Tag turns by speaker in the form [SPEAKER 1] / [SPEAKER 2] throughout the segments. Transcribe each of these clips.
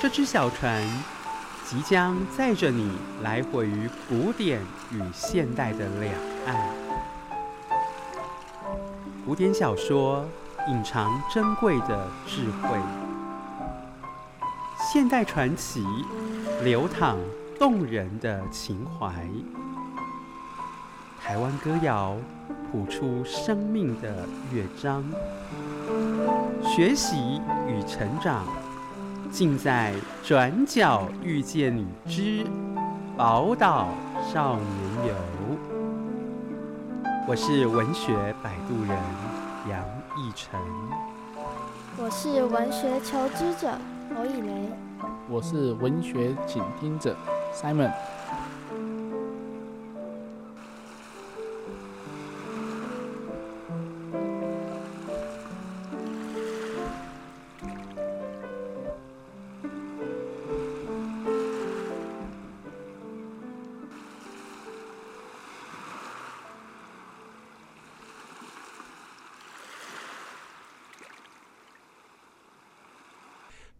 [SPEAKER 1] 这只小船即将载着你来回于古典与现代的两岸。古典小说隐藏珍贵的智慧，现代传奇流淌动人的情怀，台湾歌谣谱出生命的乐章。学习与成长，尽在转角遇见你之宝岛少年游。我是文学摆渡人杨逸晨。
[SPEAKER 2] 我是文学求知者侯以雷。
[SPEAKER 3] 我是文学倾听者 Simon。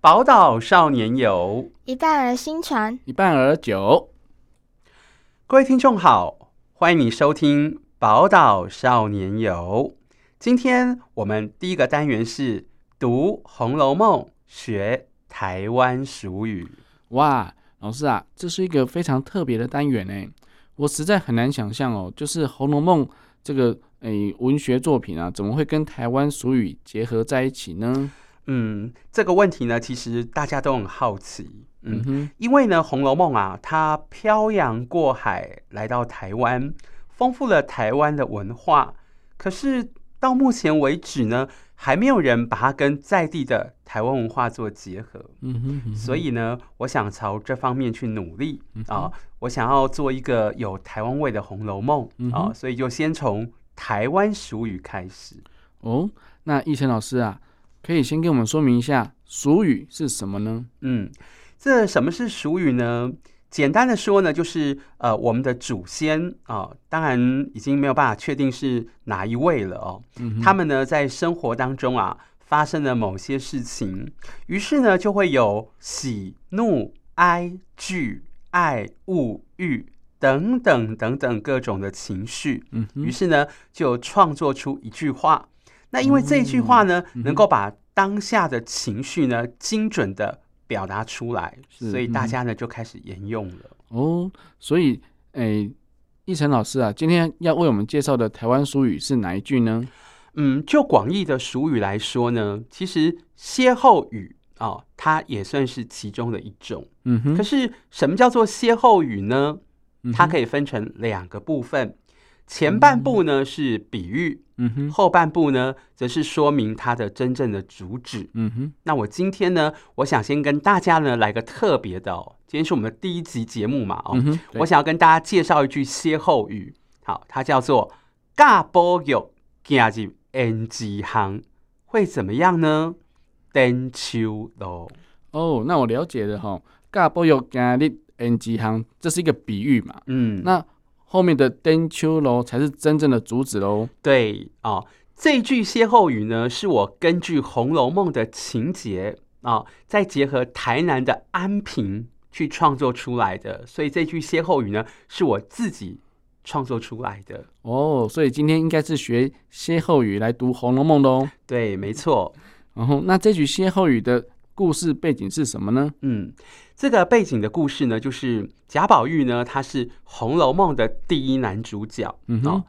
[SPEAKER 1] 宝岛少年游，
[SPEAKER 2] 一半儿新船，
[SPEAKER 3] 一半而酒，
[SPEAKER 1] 各位听众好，欢迎你收听《宝岛少年游》。今天我们第一个单元是读《红楼梦》，学台湾俗语。
[SPEAKER 3] 哇，老师啊，这是一个非常特别的单元呢。我实在很难想象哦，就是《红楼梦》这个诶文学作品啊，怎么会跟台湾俗语结合在一起呢？
[SPEAKER 1] 嗯，这个问题呢，其实大家都很好奇。嗯
[SPEAKER 3] 嗯哼，
[SPEAKER 1] 因为呢，《红楼梦》啊，它漂洋过海来到台湾，丰富了台湾的文化。可是到目前为止呢，还没有人把它跟在地的台湾文化做结合。
[SPEAKER 3] 嗯哼，嗯嗯哼
[SPEAKER 1] 所以呢，我想朝这方面去努力啊、我想要做一个有台湾味的《红楼梦》
[SPEAKER 3] 嗯
[SPEAKER 1] 啊、
[SPEAKER 3] 哼
[SPEAKER 1] 所以就先从台湾俗语开始。
[SPEAKER 3] 哦，那逸晨老师啊，可以先跟我们说明一下俗语是什么呢？
[SPEAKER 1] 嗯，这什么是俗语呢？简单的说呢，就是呃，我们的祖先啊、当然已经没有办法确定是哪一位了哦。
[SPEAKER 3] 嗯哼
[SPEAKER 1] 他们呢，在生活当中啊，发生了某些事情，于是呢，就会有喜怒哀惧、爱恶欲等等等等各种的情绪。
[SPEAKER 3] 嗯
[SPEAKER 1] 于
[SPEAKER 3] 哼，
[SPEAKER 1] 是呢，就创作出一句话。那因为这一句话呢，
[SPEAKER 3] 嗯
[SPEAKER 1] 能够把当下的情绪呢，精准的表达出来，
[SPEAKER 3] 是
[SPEAKER 1] 所以
[SPEAKER 3] 嗯
[SPEAKER 1] 大
[SPEAKER 3] 哼
[SPEAKER 1] 家呢就开始沿用了。
[SPEAKER 3] 哦，所以诶，逸晨老师啊，今天要为我们介绍的台湾俗语是哪一句呢？
[SPEAKER 1] 嗯，就广义的俗语来说呢，其实歇后语啊、哦它也算是其中的一种。
[SPEAKER 3] 嗯哼，
[SPEAKER 1] 可是，什么叫做歇后语呢？它可
[SPEAKER 3] 以，
[SPEAKER 1] 以分成两个部分，前半部呢是比喻，
[SPEAKER 3] 嗯哼，
[SPEAKER 1] 后半部呢则是说明它的真正的主旨。
[SPEAKER 3] 嗯哼，
[SPEAKER 1] 那我今天呢，我想先跟大家呢来个特别的哦，今天是我们的第一集节目嘛哦，
[SPEAKER 3] 嗯哼，对
[SPEAKER 1] 我想要跟大家介绍一句歇后语，好，它叫做“尬波有加入 NG 行”，会怎么样呢？登秋喽，
[SPEAKER 3] 哦，那我了解了哈。尬波有咖喱 NG 行，这是一个比喻嘛？
[SPEAKER 1] 嗯，
[SPEAKER 3] 那后面的登秋楼才是真正的主旨喽。
[SPEAKER 1] 对哦，这句歇后语呢，是我根据《红楼梦》的情节啊、再结合台南的安平去创作出来的，所以这句歇后语呢，是我自己创作出来的。
[SPEAKER 3] 哦，所以今天应该是学歇后语来读《红楼梦》喽。
[SPEAKER 1] 对，没错，
[SPEAKER 3] 然后，那这句歇后语的故事背景是什么呢？
[SPEAKER 1] 嗯，这个背景的故事呢，就是贾宝玉呢，他是《红楼梦》的第一男主角。
[SPEAKER 3] 嗯哼
[SPEAKER 1] 哦，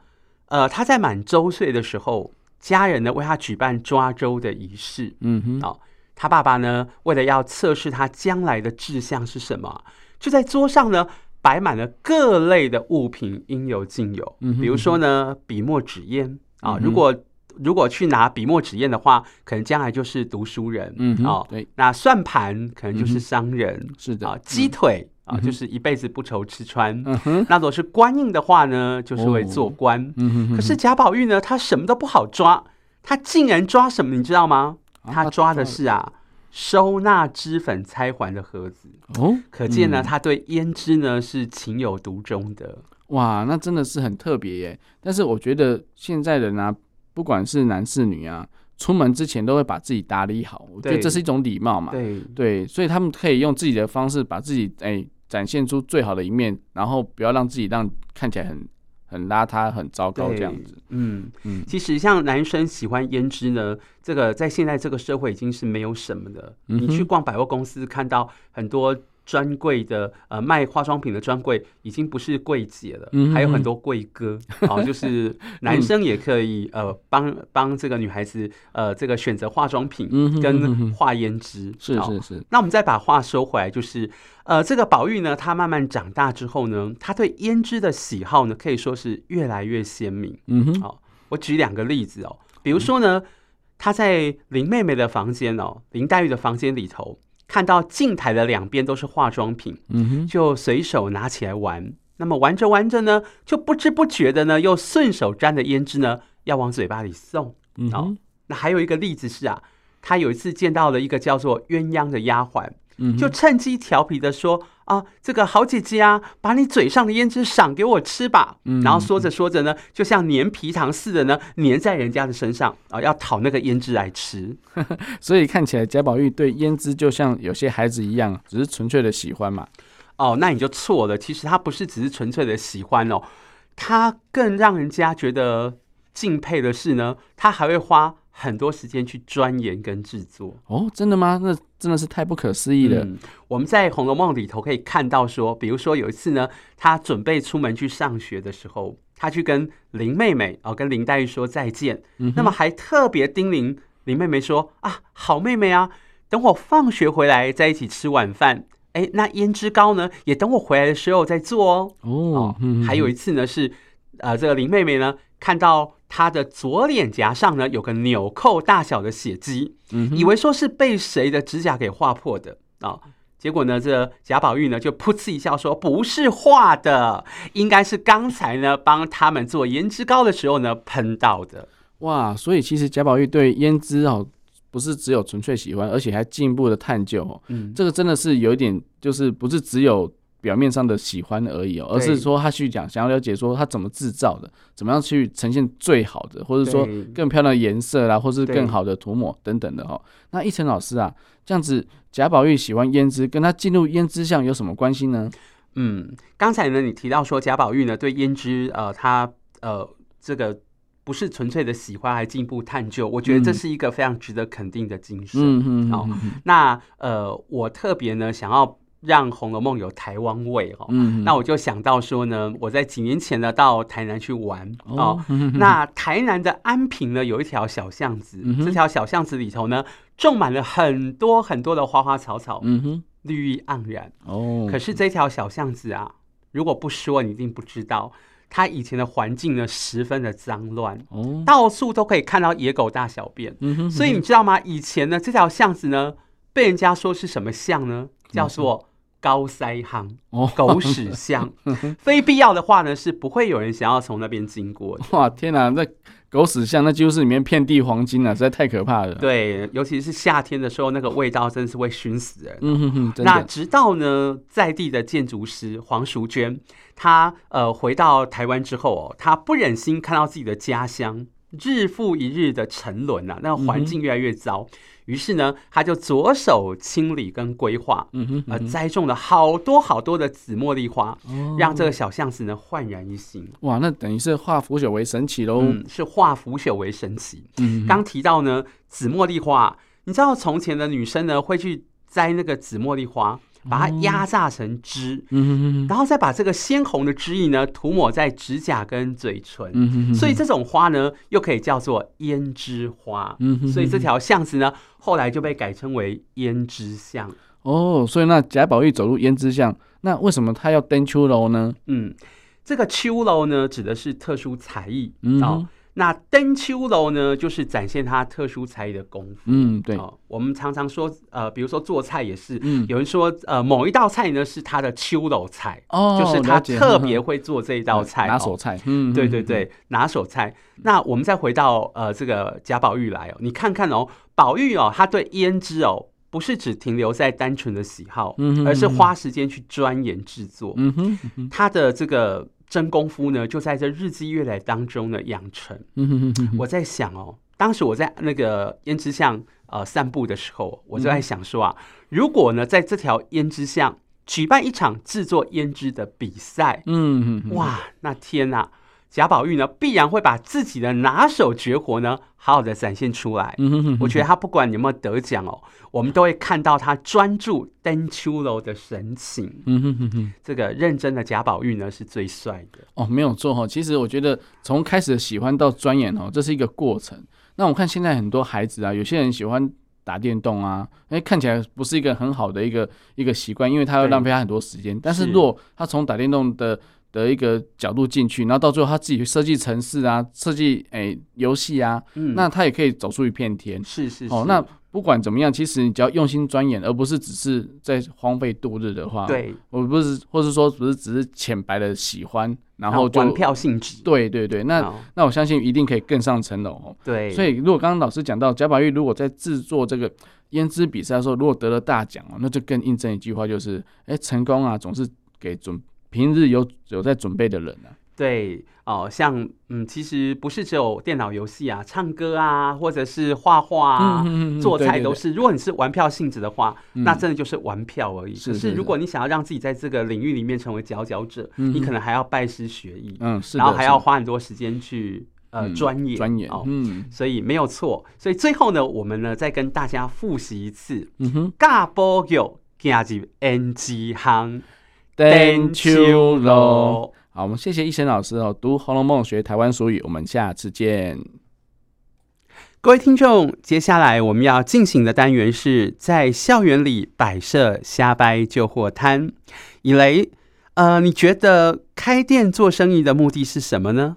[SPEAKER 1] 呃，他在满周岁的时候，家人呢为他举办抓周的仪式。
[SPEAKER 3] 嗯哼，
[SPEAKER 1] 哦，他爸爸呢，为了要测试他将来的志向是什么，就在桌上呢摆满了各类的物品，应有尽有。
[SPEAKER 3] 嗯哼
[SPEAKER 1] 比如说呢，笔墨纸砚啊，
[SPEAKER 3] 嗯哼
[SPEAKER 1] 如果如果去拿笔墨纸砚的话，可能将来就是读书人。
[SPEAKER 3] 嗯哼，
[SPEAKER 1] 哦，
[SPEAKER 3] 对，
[SPEAKER 1] 那算盘可能就是
[SPEAKER 3] 嗯哼
[SPEAKER 1] 商人
[SPEAKER 3] 是的，
[SPEAKER 1] 啊，鸡腿啊，
[SPEAKER 3] 嗯哼
[SPEAKER 1] 就是一辈子不愁吃穿。
[SPEAKER 3] 嗯哼，
[SPEAKER 1] 那如果是官印的话呢，就是会做
[SPEAKER 3] 哦
[SPEAKER 1] 官。
[SPEAKER 3] 嗯哼，
[SPEAKER 1] 可是贾宝玉呢，他什么都不好抓，他竟然抓什么，你知道吗？
[SPEAKER 3] 啊
[SPEAKER 1] 他抓的是啊，收纳脂粉钗环的盒子。
[SPEAKER 3] 哦，
[SPEAKER 1] 可见呢，
[SPEAKER 3] 嗯
[SPEAKER 1] 他对胭脂呢是情有独钟的。
[SPEAKER 3] 哇，那真的是很特别耶。但是我觉得现在人啊，不管是男是女啊，出门之前都会把自己打理好，我觉得
[SPEAKER 1] 对
[SPEAKER 3] 这是一种礼貌嘛。
[SPEAKER 1] 对
[SPEAKER 3] 对，所以他们可以用自己的方式把自己哎、展现出最好的一面，然后不要让自己让看起来很很邋遢、很糟糕这样子。，
[SPEAKER 1] 嗯
[SPEAKER 3] 嗯
[SPEAKER 1] 其实像男生喜欢胭脂呢，这个在现在这个社会已经是没有什么的。
[SPEAKER 3] 嗯
[SPEAKER 1] 你
[SPEAKER 3] 哼
[SPEAKER 1] 去逛百货公司，看到很多专柜的呃卖化妆品的专柜，已经不是柜姐了，
[SPEAKER 3] 嗯哼嗯
[SPEAKER 1] 还有很多柜哥。好、就是男生也可以呃帮帮这个女孩子呃这个选择化妆品
[SPEAKER 3] 嗯哼嗯
[SPEAKER 1] 跟
[SPEAKER 3] 哼
[SPEAKER 1] 画胭脂。
[SPEAKER 3] 是
[SPEAKER 1] 好
[SPEAKER 3] 是是，
[SPEAKER 1] 那我们再把话收回来，就是呃，这个宝玉呢，他慢慢长大之后呢，他对胭脂的喜好呢，可以说是越来越鲜明。
[SPEAKER 3] 嗯哼，
[SPEAKER 1] 好，哦我举两个例子哦，比如说呢，他在林妹妹的房间哦，林黛玉的房间里头，看到镜台的两边都是化妆品，
[SPEAKER 3] 嗯哼，
[SPEAKER 1] 就随手拿起来玩。那么玩着玩着呢，就不知不觉的呢，又顺手沾了胭脂呢，要往嘴巴里送。
[SPEAKER 3] 嗯哼，
[SPEAKER 1] 那还有一个例子是啊，他有一次见到了一个叫做鸳鸯的丫鬟，
[SPEAKER 3] 嗯哼
[SPEAKER 1] 就趁机调皮的说啊，这个好姐姐啊，把你嘴上的胭脂赏给我吃吧。
[SPEAKER 3] 嗯
[SPEAKER 1] 然后说着说着呢，就像粘皮糖似的呢，粘在人家的身上啊，要讨那个胭脂来吃。
[SPEAKER 3] 所以看起来贾宝玉对胭脂就像有些孩子一样，只是纯粹的喜欢嘛。
[SPEAKER 1] 哦，那你就错了。其实他不是只是纯粹的喜欢哦，他更让人家觉得敬佩的是呢，他还会花很多时间去钻研跟制作。
[SPEAKER 3] 哦，真的吗？那真的是太不可思议了。
[SPEAKER 1] 嗯我们在《红楼梦》里头可以看到说，比如说有一次呢，他准备出门去上学的时候，他去跟林妹妹哦，跟林黛玉说再见，
[SPEAKER 3] 嗯哼
[SPEAKER 1] 那么还特别叮咛林妹妹说啊，好妹妹啊，等我放学回来在一起吃晚饭。哎，那胭脂膏呢，也等我回来的时候再做哦。
[SPEAKER 3] 哦
[SPEAKER 1] 哦，，
[SPEAKER 3] 嗯
[SPEAKER 1] 还有
[SPEAKER 3] 嗯
[SPEAKER 1] 一次呢是，呃，这个林妹妹呢看到她的左脸颊上呢有个纽扣大小的血迹，
[SPEAKER 3] 嗯哼
[SPEAKER 1] 以为说是被谁的指甲给划破的啊、结果呢，这贾宝玉呢就噗嗤一笑说：“不是画的，应该是刚才呢帮他们做胭脂膏的时候呢喷到的。
[SPEAKER 3] 哇，所以其实贾宝玉对胭脂哦，不是只有纯粹喜欢，而且还进一步的探究哦。”
[SPEAKER 1] 嗯，
[SPEAKER 3] 这个真的是有一点，就是不是只有表面上的喜欢而已哦，而
[SPEAKER 1] 对
[SPEAKER 3] 是说他去讲，想要了解说他怎么制造的，怎么样去呈现最好的，或者说
[SPEAKER 1] 对
[SPEAKER 3] 更漂亮的颜色啦，或是
[SPEAKER 1] 对
[SPEAKER 3] 更好的涂抹等等的哦。那一晨老师啊，这样子贾宝玉喜欢胭脂，跟他进入胭脂巷有什么关系呢？
[SPEAKER 1] 嗯，刚才呢，你提到说贾宝玉呢对胭脂，呃，他呃这个不是纯粹的喜欢，还进一步探究，我觉得这
[SPEAKER 3] 嗯
[SPEAKER 1] 是一个非常值得肯定的精神。
[SPEAKER 3] 嗯嗯，
[SPEAKER 1] 好
[SPEAKER 3] 嗯嗯
[SPEAKER 1] 那呃，我特别呢想要让《红楼梦》有台湾味哦。
[SPEAKER 3] 嗯，
[SPEAKER 1] 那
[SPEAKER 3] 我
[SPEAKER 1] 我就想到说呢，我在几年前呢到台南去玩哦，
[SPEAKER 3] 哦，嗯嗯
[SPEAKER 1] 那台南的安平呢，有一条小巷子，
[SPEAKER 3] 嗯哼
[SPEAKER 1] 这条小巷子里头呢，种满了很多很多的花花草草，
[SPEAKER 3] 嗯哼，
[SPEAKER 1] 绿意盎然。
[SPEAKER 3] 哦，
[SPEAKER 1] 可是这条小巷子啊，如果不说，你一定不知道，它以前的环境呢，十分的脏乱，
[SPEAKER 3] 哦，
[SPEAKER 1] 到处都可以看到野狗大小便。
[SPEAKER 3] 嗯哼，
[SPEAKER 1] 所以你知道吗？以前呢，这条巷子呢，被人家说是什么巷呢？叫做高塞巷、
[SPEAKER 3] 哦，
[SPEAKER 1] 狗屎巷。非必要的话呢，是不会有人想要从那边经过的。
[SPEAKER 3] 哇，天哪，那狗屎巷那几乎是里面遍地黄金啊，实在太可怕了。，
[SPEAKER 1] 对，尤其是夏天的时候，那个味道真是会熏死人。
[SPEAKER 3] 嗯哼哼，真
[SPEAKER 1] 那
[SPEAKER 3] 的。
[SPEAKER 1] 直到呢，在地的建筑师黄淑娟，她呃回到台湾之后哦，她不忍心看到自己的家乡日复一日的沉沦
[SPEAKER 3] 嗯
[SPEAKER 1] 啊，那个环境越来越糟，于是呢，她就着手清理跟规划，
[SPEAKER 3] 嗯哼，
[SPEAKER 1] 呃，
[SPEAKER 3] 嗯哼
[SPEAKER 1] 栽种了好多好多的紫茉莉花，
[SPEAKER 3] 哦
[SPEAKER 1] 让这个小巷子呢焕然一新。
[SPEAKER 3] 哇，那等于是化腐朽为神奇喽。
[SPEAKER 1] 嗯，是化腐朽为神奇。
[SPEAKER 3] 哦嗯
[SPEAKER 1] 刚提到呢，紫茉莉花，你知道从前的女生呢会去摘那个紫茉莉花，把它
[SPEAKER 3] 哦
[SPEAKER 1] 压榨成汁，
[SPEAKER 3] 嗯哼
[SPEAKER 1] 然后再把这个鲜红的汁液呢涂抹在指甲跟嘴唇。
[SPEAKER 3] 嗯哼，
[SPEAKER 1] 所以这种花呢，又可以叫做胭脂花。
[SPEAKER 3] 嗯哼
[SPEAKER 1] 所以这条巷子呢，后来就被改称为胭脂巷。
[SPEAKER 3] 哦，所以那贾宝玉走入胭脂巷，那为什么他要登秋楼呢？
[SPEAKER 1] 嗯，这个秋楼呢，指的是特殊才艺。
[SPEAKER 3] 嗯
[SPEAKER 1] 哦
[SPEAKER 3] 哼，
[SPEAKER 1] 那登秋楼呢，就是展现他特殊才艺的功夫。
[SPEAKER 3] 嗯，对，
[SPEAKER 1] 哦，我们常常说，呃，比如说做菜也是，
[SPEAKER 3] 嗯
[SPEAKER 1] 有人说，呃，某一道菜呢是他的秋楼菜，
[SPEAKER 3] 哦，
[SPEAKER 1] 就是他
[SPEAKER 3] 了解
[SPEAKER 1] 特
[SPEAKER 3] 哼
[SPEAKER 1] 别
[SPEAKER 3] 哼
[SPEAKER 1] 会做这一道菜，
[SPEAKER 3] 拿
[SPEAKER 1] 哦
[SPEAKER 3] 手菜，嗯，
[SPEAKER 1] 对对
[SPEAKER 3] 哼，
[SPEAKER 1] 对，拿手菜。那我们再回到呃这个贾宝玉来哦，你看看哦，宝玉哦，他对胭脂哦，不是只停留在单纯的喜好，
[SPEAKER 3] 嗯哼
[SPEAKER 1] 而是
[SPEAKER 3] 嗯哼
[SPEAKER 1] 花时间去钻研制作。
[SPEAKER 3] 嗯哼，嗯哼
[SPEAKER 1] 他的这个真功夫呢，就在这日积月累当中呢养成。
[SPEAKER 3] 嗯哼，嗯哼
[SPEAKER 1] 我在想哦，当时我在那个胭脂巷呃散步的时候，我就在想说
[SPEAKER 3] 嗯
[SPEAKER 1] 啊，如果呢在这条胭脂巷举办一场制作胭脂的比赛，
[SPEAKER 3] 嗯，嗯，
[SPEAKER 1] 哇，那天呐、啊贾宝玉呢必然会把自己的拿手绝活呢好好的展现出来。
[SPEAKER 3] 嗯哼哼哼，
[SPEAKER 1] 我觉得他不管有没有得奖哦，我们都会看到他专注登秋楼的神情。
[SPEAKER 3] 嗯哼哼哼，
[SPEAKER 1] 这个认真的贾宝玉呢是最帅的。
[SPEAKER 3] 哦，没有错哈。其实我觉得从开始喜欢到钻研哦，这是一个过程。那我看现在很多孩子啊，有些人喜欢打电动啊，哎，看起来不是一个很好的一个一个习惯，因为他会
[SPEAKER 1] 对
[SPEAKER 3] 浪费他很多时间。但是
[SPEAKER 1] 是
[SPEAKER 3] 如果他从打电动的的一个角度进去，然后到最后他自己去设计城市啊，设计哎游戏啊，
[SPEAKER 1] 嗯
[SPEAKER 3] 那他也可以走出一片天。
[SPEAKER 1] 是是是
[SPEAKER 3] 哦，那不管怎么样，其实你只要用心钻研，而不是只是在荒废度日的话，，
[SPEAKER 1] 对，
[SPEAKER 3] 我不是，或是说不是只是浅白的喜欢，然后就
[SPEAKER 1] 玩票性质。
[SPEAKER 3] 对对对，那、
[SPEAKER 1] 哦
[SPEAKER 3] 那我相信一定可以更上层楼哦。
[SPEAKER 1] 对，
[SPEAKER 3] 所以如果刚刚老师讲到贾宝玉如果在制作这个胭脂比赛的时候，如果得了大奖哦，那就更印证一句话，就是哎，成功啊总是给准平日有有在准备的人啊。
[SPEAKER 1] 对哦，像嗯，其实不是只有电脑游戏啊，唱歌啊，或者是画画啊。
[SPEAKER 3] 嗯
[SPEAKER 1] 做菜
[SPEAKER 3] 对对
[SPEAKER 1] 都是，如果你是玩票性质的话，
[SPEAKER 3] 嗯
[SPEAKER 1] 那真的就是玩票而已。
[SPEAKER 3] 是
[SPEAKER 1] 可
[SPEAKER 3] 是
[SPEAKER 1] 是如果你想要让自己在这个领域里面成为佼佼者，
[SPEAKER 3] 嗯
[SPEAKER 1] 你可能还要拜师学艺，
[SPEAKER 3] 嗯是的，
[SPEAKER 1] 然后还要
[SPEAKER 3] 是
[SPEAKER 1] 花很多时间去呃
[SPEAKER 3] 嗯
[SPEAKER 1] 钻
[SPEAKER 3] 的
[SPEAKER 1] 研
[SPEAKER 3] 钻研，
[SPEAKER 1] 哦。
[SPEAKER 3] 嗯
[SPEAKER 1] 所以没有错。所以最后呢，我们呢再跟大家复习一次：
[SPEAKER 3] 嗯哼，
[SPEAKER 1] 尬波有加入 NG 行，
[SPEAKER 3] 登秋楼。
[SPEAKER 1] 咯
[SPEAKER 3] 好，我们谢谢一贤老师哦，读《红楼梦》学台湾俗语，我们下次见。
[SPEAKER 1] 各位听众，接下来我们要进行的单元是在校园里摆设瞎掰旧货摊。以雷，呃，你觉得开店做生意的目的是什么呢？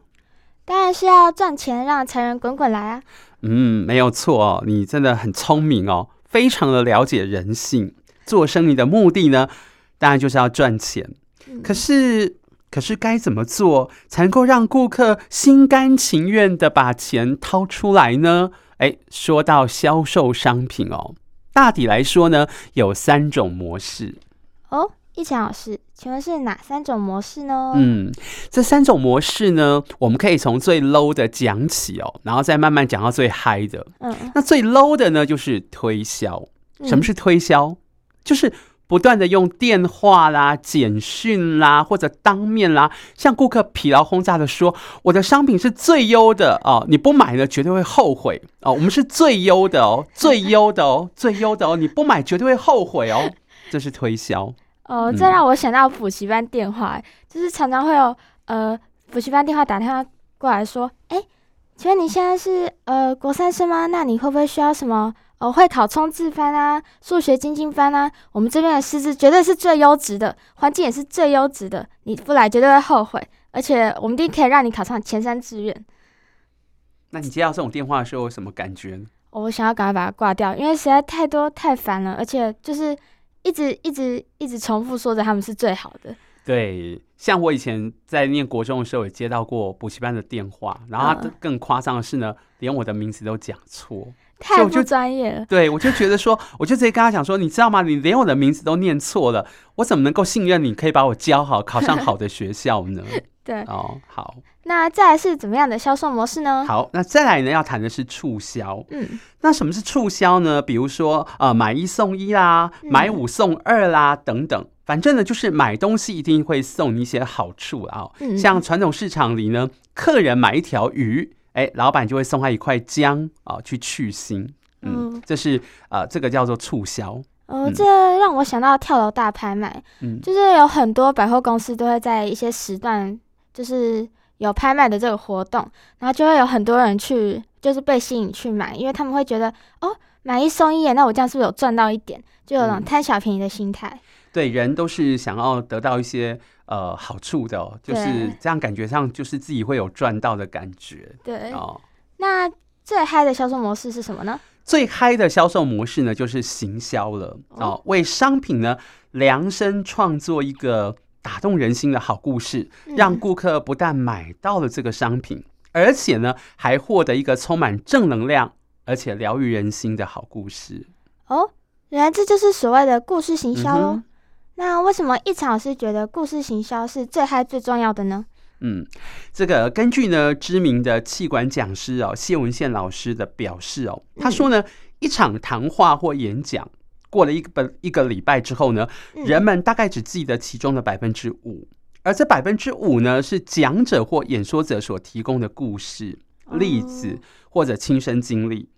[SPEAKER 2] 当然是要赚钱，让财源滚滚来啊！
[SPEAKER 1] 嗯，没有错哦，你真的很聪明哦，非常的了解人性。做生意的目的呢，当然就是要赚钱。
[SPEAKER 2] 嗯
[SPEAKER 1] 可是，可是该怎么做才能够让顾客心甘情愿的把钱掏出来呢？哎，说到销售商品哦，大体来说呢，有三种模式。
[SPEAKER 2] 哦，一强老师，请问是哪三种模式呢？
[SPEAKER 1] 嗯，这三种模式呢，我们可以从最 low 的讲起哦，然后再慢慢讲到最 high 的。
[SPEAKER 2] 嗯，
[SPEAKER 1] 那最 low 的呢，就是推销。什么是推销？就是不断的用电话啦、简讯啦，或者当面啦，向顾客疲劳轰炸的说：“我的商品是最优的哦，你不买呢绝对会后悔哦，我们是最优的哦，最优的哦，最优的哦，你不买绝对会后悔哦。”这是推销，
[SPEAKER 2] 哦，
[SPEAKER 1] 嗯
[SPEAKER 2] 这让我想到补习班电话，就是常常会有呃补习班电话打电话过来说，哎、请问你现在是呃国三生吗？那你会不会需要什么？哦，会考冲刺班啊，数学精进班啊，我们这边的师资绝对是最优质的，环境也是最优质的，你不来绝对会后悔，而且我们一定可以让你考上前三志愿。
[SPEAKER 1] 那你接到这种电话的时候有什么感觉呢？
[SPEAKER 2] 哦我想要赶快把它挂掉，因为实在太多太烦了，而且就是一直一直一直重复说着他们是最好的。
[SPEAKER 1] 对，像我以前在念国中的时候，也接到过补习班的电话，然后他
[SPEAKER 2] 嗯
[SPEAKER 1] 更夸张的是呢，连我的名字都讲错。所以
[SPEAKER 2] 太
[SPEAKER 1] 我就
[SPEAKER 2] 不专业了。
[SPEAKER 1] 对，我就觉得说，我就直接跟他讲说，你知道吗？你连我的名字都念错了，我怎么能够信任你可以把我教好，考上好的学校呢？
[SPEAKER 2] 对，
[SPEAKER 1] 哦，好
[SPEAKER 2] 那再来是怎么样的销售模式呢？
[SPEAKER 1] 好，那再来呢，要谈的是促销。
[SPEAKER 2] 嗯，
[SPEAKER 1] 那什么是促销呢？比如说，呃，买一送一啦，
[SPEAKER 2] 嗯
[SPEAKER 1] 买五送二啦，等等。反正呢，就是买东西一定会送你一些好处啊、哦。
[SPEAKER 2] 嗯
[SPEAKER 1] 像传统市场里呢，客人买一条鱼，哎，老板就会送他一块姜啊、去去腥。嗯
[SPEAKER 2] 嗯，
[SPEAKER 1] 这是呃，这个叫做促销。
[SPEAKER 2] 呃，
[SPEAKER 1] 嗯
[SPEAKER 2] 这让我想到跳楼大拍卖，
[SPEAKER 1] 嗯，
[SPEAKER 2] 就是有很多百货公司都会在一些时段，就是有拍卖的这个活动，然后就会有很多人去，就是被吸引去买，因为他们会觉得哦，买一送一耶，那我这样是不是有赚到一点？就有那
[SPEAKER 1] 嗯
[SPEAKER 2] 种贪小便宜的心态。
[SPEAKER 1] 对，人都是想要得到一些呃好处的、哦，就是
[SPEAKER 2] 对
[SPEAKER 1] 这样感觉上就是自己会有赚到的感觉
[SPEAKER 2] 对，
[SPEAKER 1] 哦。
[SPEAKER 2] 那最嗨的销售模式是什么呢？
[SPEAKER 1] 最嗨的销售模式呢，就是行销了哦，为商品呢量身创作一个打动人心的好故事，让
[SPEAKER 2] 嗯
[SPEAKER 1] 顾客不但买到了这个商品，而且呢还获得一个充满正能量而且疗愈人心的好故事。
[SPEAKER 2] 哦，原来这就是所谓的故事行
[SPEAKER 1] 嗯
[SPEAKER 2] 销喽。
[SPEAKER 1] 哼
[SPEAKER 2] 那为什么一场是觉得故事行销是最嗨最重要的呢？
[SPEAKER 1] 嗯，这个根据呢知名的气管讲师哦谢文宪老师的表示哦，他说呢、一场谈话或演讲过了一个一个礼拜之后呢，
[SPEAKER 2] 嗯
[SPEAKER 1] 人们大概只记得其中的百分之五，而这百分之五呢是讲者或演说者所提供的故事、例子或者亲身经历。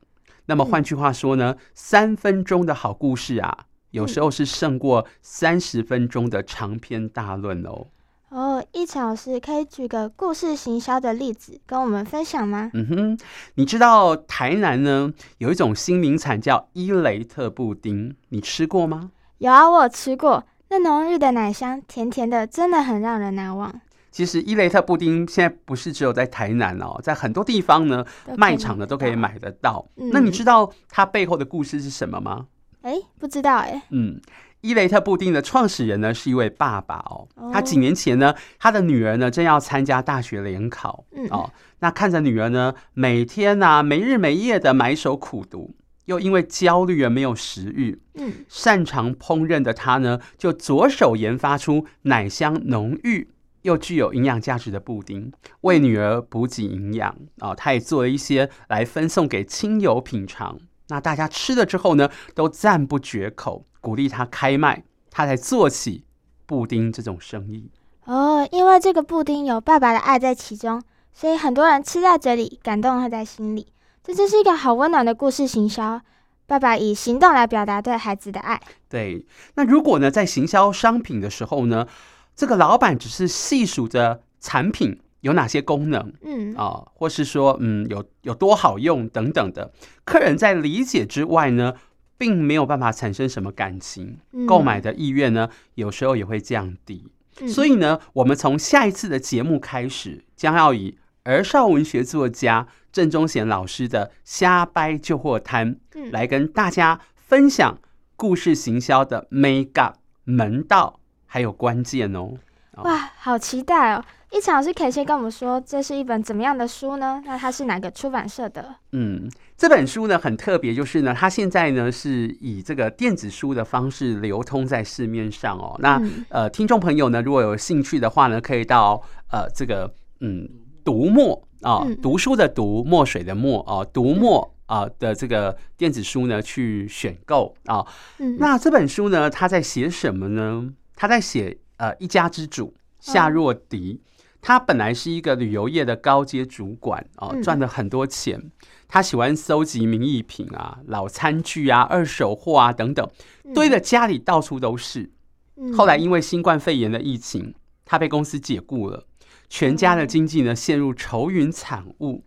[SPEAKER 1] 那么换句话说呢，三分钟的好故事啊，有时候是胜过三十分钟的长篇大论哦。
[SPEAKER 2] 哦，一场是可以举个故事行销的例子跟我们分享吗？
[SPEAKER 1] 嗯哼，你知道台南呢有一种新名产叫伊雷特布丁，你吃过吗？
[SPEAKER 2] 有啊，我有吃过，那浓郁的奶香，甜甜的，真的很让人难忘。
[SPEAKER 1] 其实伊雷特布丁现在不是只有在台南哦，在很多地方呢，
[SPEAKER 2] 都可以
[SPEAKER 1] 卖场的都可以
[SPEAKER 2] 到。
[SPEAKER 1] 买得到。
[SPEAKER 2] 嗯
[SPEAKER 1] 那你知道它背后的故事是什么吗？
[SPEAKER 2] 哎，不知道哎，
[SPEAKER 1] 嗯，伊雷特布丁的创始人呢是一位爸爸哦
[SPEAKER 2] 哦，
[SPEAKER 1] 他几年前呢，他的女儿呢正要参加大学联考
[SPEAKER 2] 嗯
[SPEAKER 1] 哦，那看着女儿呢每天呐、没日没夜的埋首苦读，又因为焦虑而没有食欲，
[SPEAKER 2] 嗯，
[SPEAKER 1] 擅长烹饪的他呢就着手研发出奶香浓郁。又具有营养价值的布丁，为女儿补给营养啊、他也做了一些来分送给亲友品尝。那大家吃了之后呢，都赞不绝口，鼓励他开卖，他才做起布丁这种生意。
[SPEAKER 2] 哦，因为这个布丁有爸爸的爱在其中，所以很多人吃在嘴里，感动会在心里。这真是一个好温暖的故事行销。爸爸以行动来表达对孩子的爱。
[SPEAKER 1] 对，那如果呢，在行销商品的时候呢，这个老板只是细数着产品有哪些功能，
[SPEAKER 2] 嗯，
[SPEAKER 1] 啊、或是说嗯有有多好用等等的，客人在理解之外呢，并没有办法产生什么感情，
[SPEAKER 2] 嗯
[SPEAKER 1] 购买的意愿呢，有时候也会降低。
[SPEAKER 2] 嗯
[SPEAKER 1] 所以呢，我们从下一次的节目开始，将要以儿少文学作家郑中贤老师的《瞎掰旧货摊》
[SPEAKER 2] 嗯
[SPEAKER 1] 来跟大家分享故事行销的 make up 门道还有关键哦。
[SPEAKER 2] 哇，好期待哦！一场是可以先跟我们说这是一本怎么样的书呢？那它是哪个出版社的？
[SPEAKER 1] 嗯，这本书呢很特别，就是呢，它现在呢是以这个电子书的方式流通在市面上哦。那、
[SPEAKER 2] 嗯
[SPEAKER 1] 呃，听众朋友呢，如果有兴趣的话呢，可以到呃这个嗯读墨啊、
[SPEAKER 2] 嗯
[SPEAKER 1] 读书的读，墨水的墨啊、读墨啊、的这个电子书呢去选购啊、
[SPEAKER 2] 嗯，
[SPEAKER 1] 那这本书呢，他在写什么呢？他在写呃一家之主夏若迪，他本来是一个旅游业的高阶主管哦
[SPEAKER 2] 嗯，
[SPEAKER 1] 赚了很多钱。他喜欢搜集名艺品啊、老餐具啊、二手货啊等等，堆的家里到处都是。
[SPEAKER 2] 嗯
[SPEAKER 1] 后来因为新冠肺炎的疫情，他被公司解雇了，全家的经济呢陷入愁云惨雾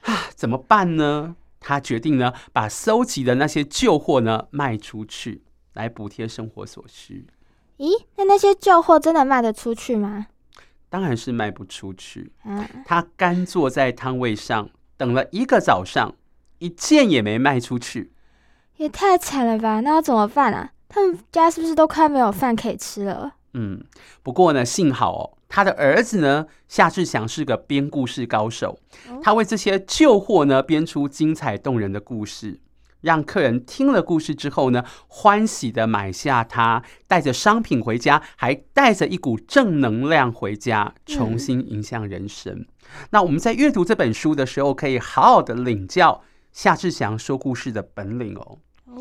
[SPEAKER 1] 啊，怎么办呢？他决定呢把收集的那些旧货呢卖出去，来补贴生活所需。
[SPEAKER 2] 咦，那那些旧货真的卖得出去吗？
[SPEAKER 1] 当然是卖不出去，
[SPEAKER 2] 啊，
[SPEAKER 1] 他干坐在摊位上等了一个早上，一件也没卖出去。
[SPEAKER 2] 也太惨了吧！那要怎么办啊？他们家是不是都快没有饭可以吃了？
[SPEAKER 1] 嗯，不过呢，幸好哦，他的儿子呢夏志祥是个编故事高手，他为这些旧货呢编出精彩动人的故事，让客人听了故事之后呢，欢喜的买下它，带着商品回家，还带着一股正能量回家，重新影响人生。那我们在阅读这本书的时候，可以好好的领教夏志祥说故事的本领哦。
[SPEAKER 2] 哦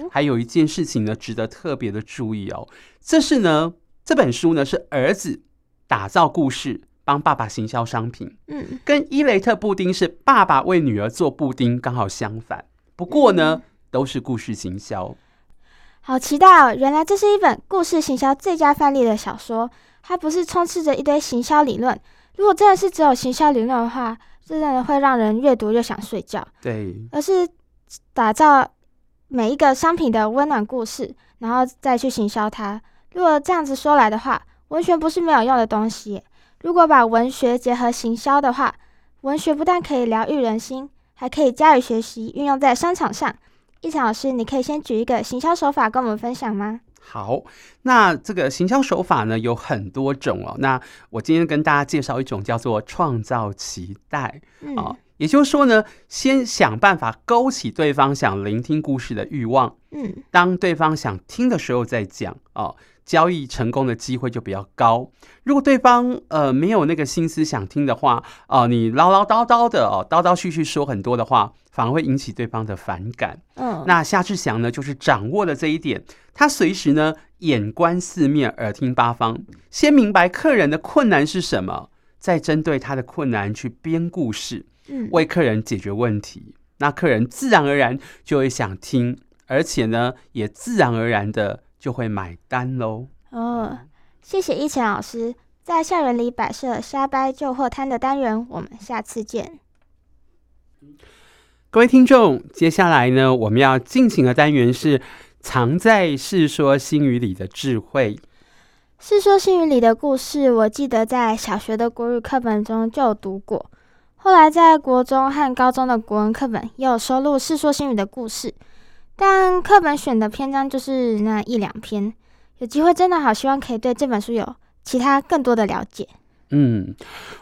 [SPEAKER 1] 还有一件事情呢，值得特别的注意哦，这是呢这本书呢是儿子打造故事，帮爸爸行销商品。
[SPEAKER 2] 嗯，
[SPEAKER 1] 跟伊雷特布丁是爸爸为女儿做布丁刚好相反，不过呢，都是故事行销。
[SPEAKER 2] 好期待哦！原来这是一本故事行销最佳范例的小说，它不是充斥着一堆行销理论。如果真的是只有行销理论的话，这真的会让人越读越想睡觉。
[SPEAKER 1] 对，
[SPEAKER 2] 而是打造每一个商品的温暖故事，然后再去行销它。如果这样子说来的话，文学不是没有用的东西耶。如果把文学结合行销的话，文学不但可以疗愈人心，还可以加以学习，运用在商场上。一场老师，你可以先举一个行销手法跟我们分享吗？
[SPEAKER 1] 好，那这个行销手法呢有很多种哦。那我今天跟大家介绍一种叫做创造期待
[SPEAKER 2] 嗯，
[SPEAKER 1] 啊、哦也就是说呢，先想办法勾起对方想聆听故事的欲望，
[SPEAKER 2] 嗯
[SPEAKER 1] 当对方想听的时候再讲哦。交易成功的机会就比较高。如果对方呃没有那个心思想听的话，哦、你唠唠叨叨的哦，叨叨絮絮说很多的话，反而会引起对方的反感。
[SPEAKER 2] 嗯，
[SPEAKER 1] 那夏志祥呢，就是掌握了这一点，他随时呢眼观四面，耳听八方，先明白客人的困难是什么，再针对他的困难去编故事，
[SPEAKER 2] 嗯
[SPEAKER 1] 为客人解决问题。那客人自然而然就会想听，而且呢，也自然而然的就会买单喽。
[SPEAKER 2] 哦，谢谢一晨老师。在校园里摆设沙掰旧货摊的单元，我们下次见。
[SPEAKER 1] 各位听众，接下来呢，我们要进行的单元是藏在《世说新语》里的智慧。
[SPEAKER 2] 《世说新语》里的故事，我记得在小学的国语课本中就有读过，后来在国中和高中的国文课本也有收录《世说新语》的故事，但课本选的篇章就是那一两篇。有机会真的好希望可以对这本书有其他更多的了解。
[SPEAKER 1] 嗯，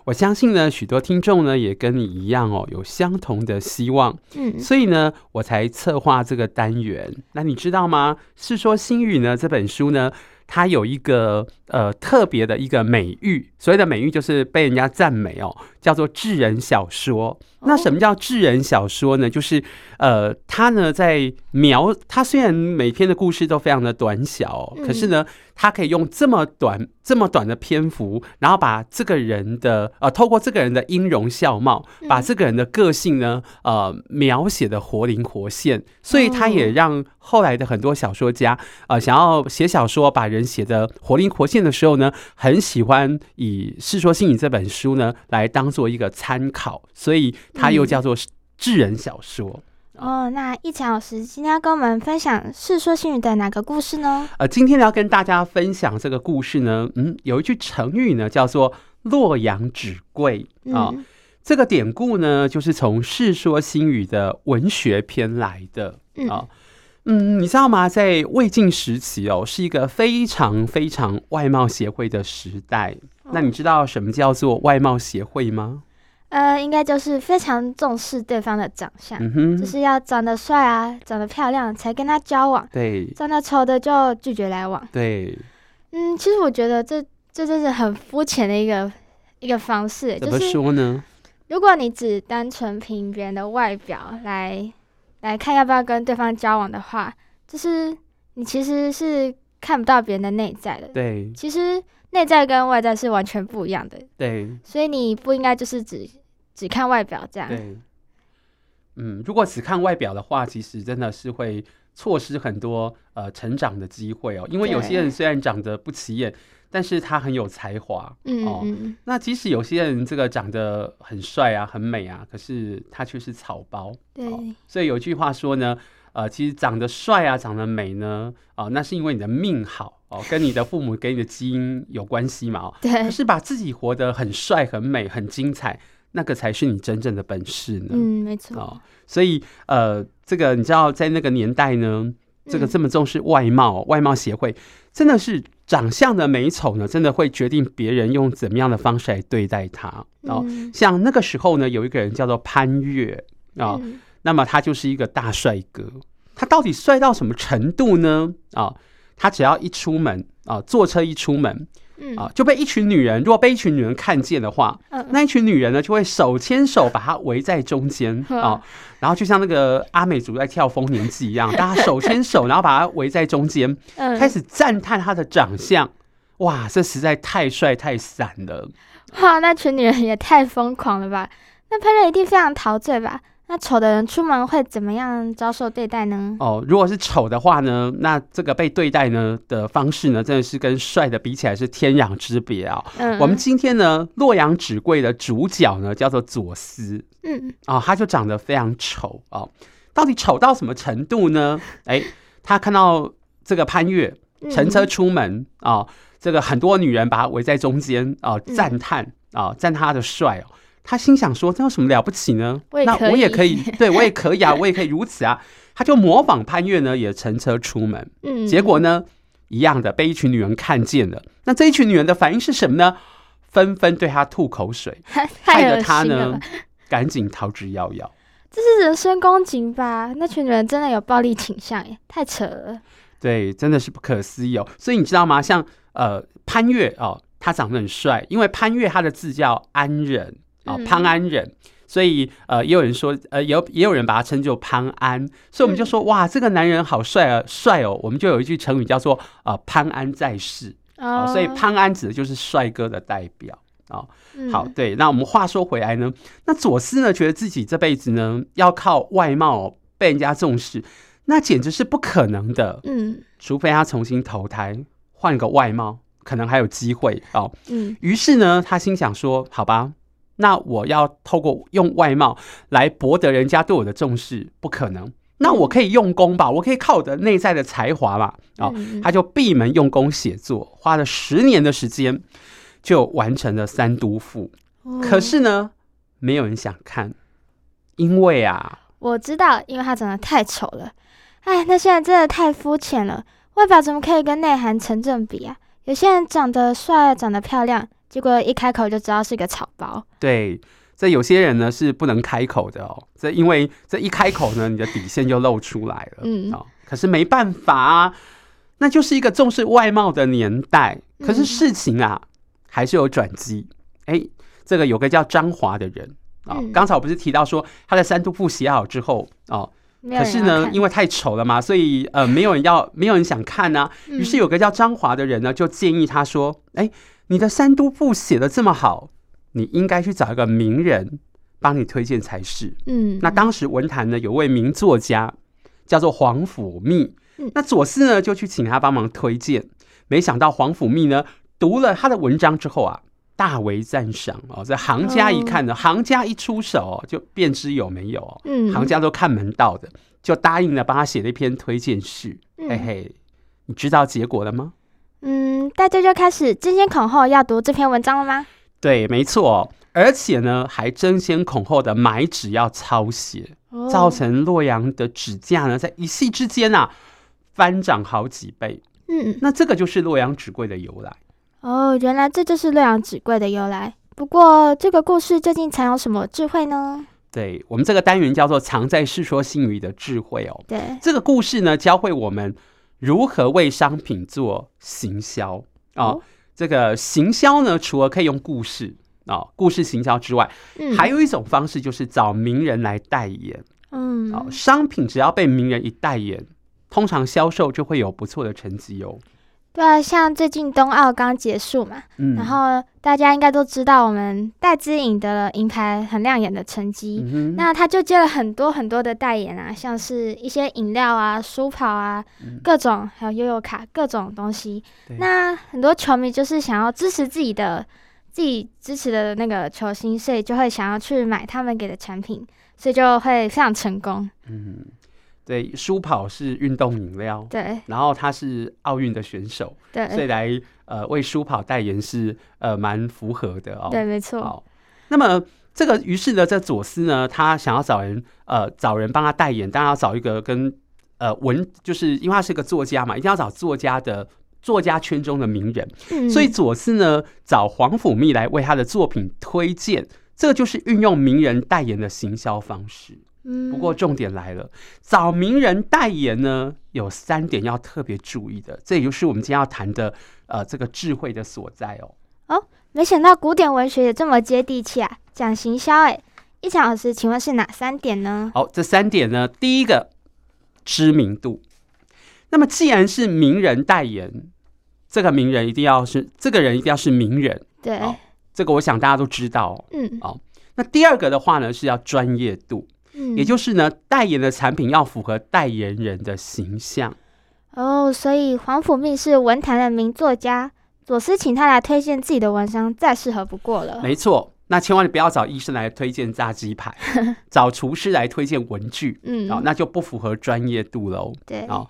[SPEAKER 1] 我相信呢，许多听众呢也跟你一样哦，有相同的希望，
[SPEAKER 2] 嗯
[SPEAKER 1] 所以呢，我才策划这个单元。那你知道吗？《世说新语》呢这本书呢，它有一个呃特别的一个美誉，所谓的美誉就是被人家赞美哦，叫做智人小说。
[SPEAKER 2] 哦
[SPEAKER 1] 那什么叫智人小说呢？就是呃，它呢在描，它虽然每篇的故事都非常的短小哦、
[SPEAKER 2] 嗯
[SPEAKER 1] 可是呢，它可以用这么短、这么短的篇幅，然后把这个人的呃，透过这个人的音容笑貌，把
[SPEAKER 2] 嗯
[SPEAKER 1] 这个人的个性呢，呃，描写的活灵活现。所以它也
[SPEAKER 2] 哦
[SPEAKER 1] 让后来的很多小说家，呃，想要写小说把人写的活灵活现的时候呢，很喜欢以《世说新语》这本书呢来当做一个参考，所以它又
[SPEAKER 2] 嗯
[SPEAKER 1] 叫做智人小说。
[SPEAKER 2] 哦，那一晨老师今天要跟我们分享《世说新语》的哪个故事呢？
[SPEAKER 1] 呃，今天要跟大家分享这个故事呢，嗯，有一句成语呢叫做“洛阳纸贵”啊、
[SPEAKER 2] 嗯
[SPEAKER 1] 这个典故呢就是从《世说新语》的文学篇来的
[SPEAKER 2] 嗯
[SPEAKER 1] 啊。嗯，你知道吗？在魏晋时期哦，是一个非常非常外贸协会的时代。
[SPEAKER 2] 哦
[SPEAKER 1] 那你知道什么叫做外贸协会吗？
[SPEAKER 2] 呃，应该就是非常重视对方的长相。
[SPEAKER 1] 嗯哼，
[SPEAKER 2] 啊就是要长得帅啊，长得漂亮才跟他交往，
[SPEAKER 1] 对
[SPEAKER 2] 长得丑的就拒绝来往。
[SPEAKER 1] 对，
[SPEAKER 2] 嗯，其实我觉得这这真是很肤浅的一个一个方式，
[SPEAKER 1] 怎
[SPEAKER 2] 就
[SPEAKER 1] 么
[SPEAKER 2] 是
[SPEAKER 1] 说呢？
[SPEAKER 2] 如果你只单纯凭别人的外表来来看要不要跟对方交往的话，就是你其实是看不到别人的内在的。
[SPEAKER 1] 对
[SPEAKER 2] 其实内在跟外在是完全不一样的，
[SPEAKER 1] 对
[SPEAKER 2] 所以你不应该就是只只看外表这样。
[SPEAKER 1] 对，嗯，如果只看外表的话，其实真的是会错失很多呃成长的机会哦。因为有些人虽然长得不起眼，但是他很有才华。
[SPEAKER 2] 嗯
[SPEAKER 1] 哦
[SPEAKER 2] 嗯
[SPEAKER 1] 那即使有些人这个长得很帅啊、很美啊，可是他却是草包。
[SPEAKER 2] 嗯，
[SPEAKER 1] 所以有一句话说呢，呃，其实长得帅啊、长得美呢，啊、那是因为你的命好哦，跟你的父母给你的基因有关系嘛。哦
[SPEAKER 2] 对
[SPEAKER 1] 可
[SPEAKER 2] 对，
[SPEAKER 1] 是把自己活得很帅、很美、很精彩，那个才是你真正的本事呢。
[SPEAKER 2] 嗯，没错。
[SPEAKER 1] 哦，所以呃，这个你知道，在那个年代呢，这个
[SPEAKER 2] 嗯
[SPEAKER 1] 这么重视外貌，外貌协会真的是长相的美丑呢，真的会决定别人用怎么样的方式来对待他。哦，
[SPEAKER 2] 嗯
[SPEAKER 1] 像那个时候呢，有一个人叫做潘岳啊、
[SPEAKER 2] 嗯
[SPEAKER 1] 那么他就是一个大帅哥，他到底帅到什么程度呢？啊、他只要一出门啊、坐车一出门
[SPEAKER 2] 嗯
[SPEAKER 1] 啊、就被一群女人，如果被一群女人看见的话，
[SPEAKER 2] 嗯
[SPEAKER 1] 那一群女人呢，就会手牵手把他围在中间 啊、然后就像那个阿美族在跳丰年祭一样，大家手牵手，然后把他围在中间，
[SPEAKER 2] 嗯，
[SPEAKER 1] 开始赞叹他的长相。哇，这实在太帅太闪了。
[SPEAKER 2] 嗯 哇，那群女人也太疯狂了吧！那潘瑞一定非常陶醉吧？那丑的人出门会怎么样遭受对待呢？
[SPEAKER 1] 哦，如果是丑的话呢，那这个被对待呢的方式呢，真的是跟帅的比起来是天壤之别啊、
[SPEAKER 2] 嗯，
[SPEAKER 1] 我们今天呢，洛阳纸贵的主角呢叫做左思，
[SPEAKER 2] 嗯
[SPEAKER 1] 哦，他就长得非常丑哦。到底丑到什么程度呢？哎，他看到这个潘越
[SPEAKER 2] 嗯
[SPEAKER 1] 乘车出门啊、哦这个很多女人把他围在中间啊、哦
[SPEAKER 2] 嗯
[SPEAKER 1] 赞叹啊、哦赞他的帅哦。他心想说：“这有什么了不起呢？
[SPEAKER 2] 我也
[SPEAKER 1] 那
[SPEAKER 2] 可
[SPEAKER 1] 我也
[SPEAKER 2] 以
[SPEAKER 1] 可以，对我也可以啊，我也可以如此啊。”他就模仿潘越呢，也乘车出门。
[SPEAKER 2] 嗯，
[SPEAKER 1] 结果呢，一样的被一群女人看见了。那这一群女人的反应是什么呢？纷纷对他吐口水，
[SPEAKER 2] 太
[SPEAKER 1] 害
[SPEAKER 2] 恶
[SPEAKER 1] 得他
[SPEAKER 2] 心了
[SPEAKER 1] 呢
[SPEAKER 2] 吧，
[SPEAKER 1] 赶紧逃之夭夭。
[SPEAKER 2] 这是人身攻击吧？那群人真的有暴力倾向耶，太扯了。
[SPEAKER 1] 对，真的是不可思议哦。所以你知道吗？像呃潘越哦，他长得很帅，因为潘越他的字叫安仁哦，
[SPEAKER 2] 嗯
[SPEAKER 1] 潘安仁。所以，呃，也有人说，呃，也有也有人把他称作潘安，所以我们就说，哇，这个男人好帅啊，帅哦！我们就有一句成语叫做，呃，潘安在世，哦，
[SPEAKER 2] 哦
[SPEAKER 1] 所以潘安指的就是帅哥的代表。好，
[SPEAKER 2] 嗯
[SPEAKER 1] 对，那我们话说回来呢，那左思呢，觉得自己这辈子呢要靠外貌被人家重视，那简直是不可能的，
[SPEAKER 2] 嗯
[SPEAKER 1] 除非他重新投胎，换个外貌，可能还有机会哦。
[SPEAKER 2] 嗯
[SPEAKER 1] 于是呢，他心想说，好吧。那我要透过用外貌来博得人家对我的重视，不可能。那我可以用功吧，我可以靠我的内在的才华嘛，哦，
[SPEAKER 2] 嗯
[SPEAKER 1] 他就闭门用功写作，花了十年的时间就完成了《三都赋》。
[SPEAKER 2] 哦
[SPEAKER 1] 可是呢，没有人想看，因为啊，
[SPEAKER 2] 我知道，因为他长得太丑了。哎，那些人真的太肤浅了，外表怎么可以跟内涵成正比啊？有些人长得帅，长得漂亮，结果一开口就知道是个草包。
[SPEAKER 1] 对这有些人呢是不能开口的哦。这因为这一开口呢，你的底线就露出来了。
[SPEAKER 2] 嗯
[SPEAKER 1] 哦，可是没办法啊，那就是一个重视外貌的年代。可是
[SPEAKER 2] 嗯
[SPEAKER 1] 事情啊，还是有转机。哎，这个有个叫张华的人。哦
[SPEAKER 2] 嗯，
[SPEAKER 1] 刚才我不是提到说他的三都赋写好之后，哦，
[SPEAKER 2] 没有
[SPEAKER 1] 可
[SPEAKER 2] 人
[SPEAKER 1] 是呢，因
[SPEAKER 2] 为
[SPEAKER 1] 为太丑了嘛，所以呃，没有人要，没有人想看呢、
[SPEAKER 2] 嗯
[SPEAKER 1] 于是有个叫张华的人呢，就建议他说：“哎、你的《三都赋》写的这么好，你应该去找一个名人帮你推荐才是。
[SPEAKER 2] 嗯，
[SPEAKER 1] 那当时文坛呢，有位名作家叫做黄甫谧
[SPEAKER 2] 嗯，
[SPEAKER 1] 那左思呢就去请他帮忙推荐。没想到黄甫谧呢读了他的文章之后啊，大为赞赏哦。这行家一看呢，行家一出手、哦、就便知有没有、哦。
[SPEAKER 2] 嗯
[SPEAKER 1] 行家都看门道的，就答应了帮他写了一篇推荐序。
[SPEAKER 2] 嗯
[SPEAKER 1] 嘿嘿，你知道结果了吗？
[SPEAKER 2] 嗯，大家就开始争先恐后要读这篇文章了吗？
[SPEAKER 1] 对，没错，而且呢还争先恐后的买纸要抄写，
[SPEAKER 2] 哦
[SPEAKER 1] 造成洛阳的纸价呢在一夕之间啊翻涨好几倍。
[SPEAKER 2] 嗯
[SPEAKER 1] 那这个就是洛阳纸贵的由来。
[SPEAKER 2] 哦，原来这就是洛阳纸贵的由来。不过这个故事究竟藏有什么智慧呢？
[SPEAKER 1] 对我们这个单元叫做“藏在世说新语”的智慧哦。
[SPEAKER 2] 对，
[SPEAKER 1] 这个故事呢，教会我们如何为商品做行销哦。
[SPEAKER 2] 哦
[SPEAKER 1] 这个行销呢，除了可以用故事哦，故事行销之外，
[SPEAKER 2] 嗯，
[SPEAKER 1] 还有一种方式就是找名人来代言
[SPEAKER 2] 嗯，
[SPEAKER 1] 哦。商品只要被名人一代言，通常销售就会有不错的成绩哦。
[SPEAKER 2] 对啊，像最近冬奥刚结束嘛，
[SPEAKER 1] 嗯
[SPEAKER 2] 然后大家应该都知道，我们戴资颖得了银牌，很亮眼的成绩。
[SPEAKER 1] 嗯哼
[SPEAKER 2] 那他就接了很多很多的代言啊，像是一些饮料啊、书跑啊、
[SPEAKER 1] 嗯
[SPEAKER 2] 各种，还有悠悠卡各种东西
[SPEAKER 1] 对。
[SPEAKER 2] 那很多球迷就是想要支持自己的自己支持的那个球星，所以就会想要去买他们给的产品，所以就会非常成功。
[SPEAKER 1] 嗯，对，舒跑是运动饮料，
[SPEAKER 2] 对
[SPEAKER 1] 然后他是奥运的选手，所以
[SPEAKER 2] 对
[SPEAKER 1] 来呃为舒跑代言是呃蛮符合的哦。
[SPEAKER 2] 对，没错。
[SPEAKER 1] 好，那么这个于是呢，这左思呢，他想要找人呃找人帮他代言，当然要找一个跟呃文，就是因为他是个作家嘛，一定要找作家的作家圈中的名人，
[SPEAKER 2] 嗯
[SPEAKER 1] 所以左思呢找黄甫谧来为他的作品推荐，这个就是运用名人代言的行销方式。
[SPEAKER 2] 嗯
[SPEAKER 1] 不过重点来了，找名人代言呢，有三点要特别注意的，这也就是我们今天要谈的呃这个智慧的所在哦。
[SPEAKER 2] 没想到古典文学也这么接地气啊！讲行销，哎，一场老师，请问是哪三点呢？
[SPEAKER 1] 好，这三点呢，第一个知名度。那么既然是名人代言，这个名人一定要是这个人一定要是名人，
[SPEAKER 2] 对，
[SPEAKER 1] 好这个我想大家都知道哦、
[SPEAKER 2] 嗯
[SPEAKER 1] 那第二个的话呢，是要专业度，
[SPEAKER 2] 嗯，
[SPEAKER 1] 也就是呢，代言的产品要符合代言人的形象。
[SPEAKER 2] 哦，所以黄甫谧是文坛的名作家，左思请他来推荐自己的文章，再适合不过了。
[SPEAKER 1] 没错，那千万不要找医生来推荐炸鸡 排，找厨师来推荐文具，
[SPEAKER 2] 嗯，
[SPEAKER 1] 哦，那就不符合专业度喽。
[SPEAKER 2] 对，
[SPEAKER 1] 哦，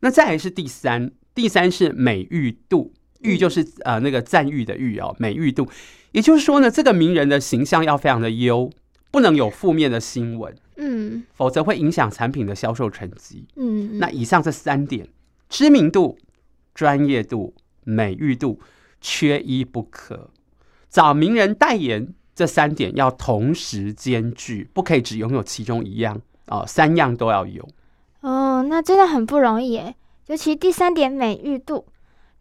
[SPEAKER 1] 那再来是第三，第三是美誉度，誉就是呃那个赞誉的誉哦，美誉度。也就是说呢，这个名人的形象要非常的优，不能有负面的新闻，
[SPEAKER 2] 嗯
[SPEAKER 1] 否则会影响产品的销售成绩。
[SPEAKER 2] 嗯，
[SPEAKER 1] 那以上这三点，知名度、专业度、美誉度，缺一不可。找名人代言这三点要同时兼具，不可以只拥有其中一样哦、三样都要有。
[SPEAKER 2] 哦，那真的很不容易诶。尤其第三点美誉度，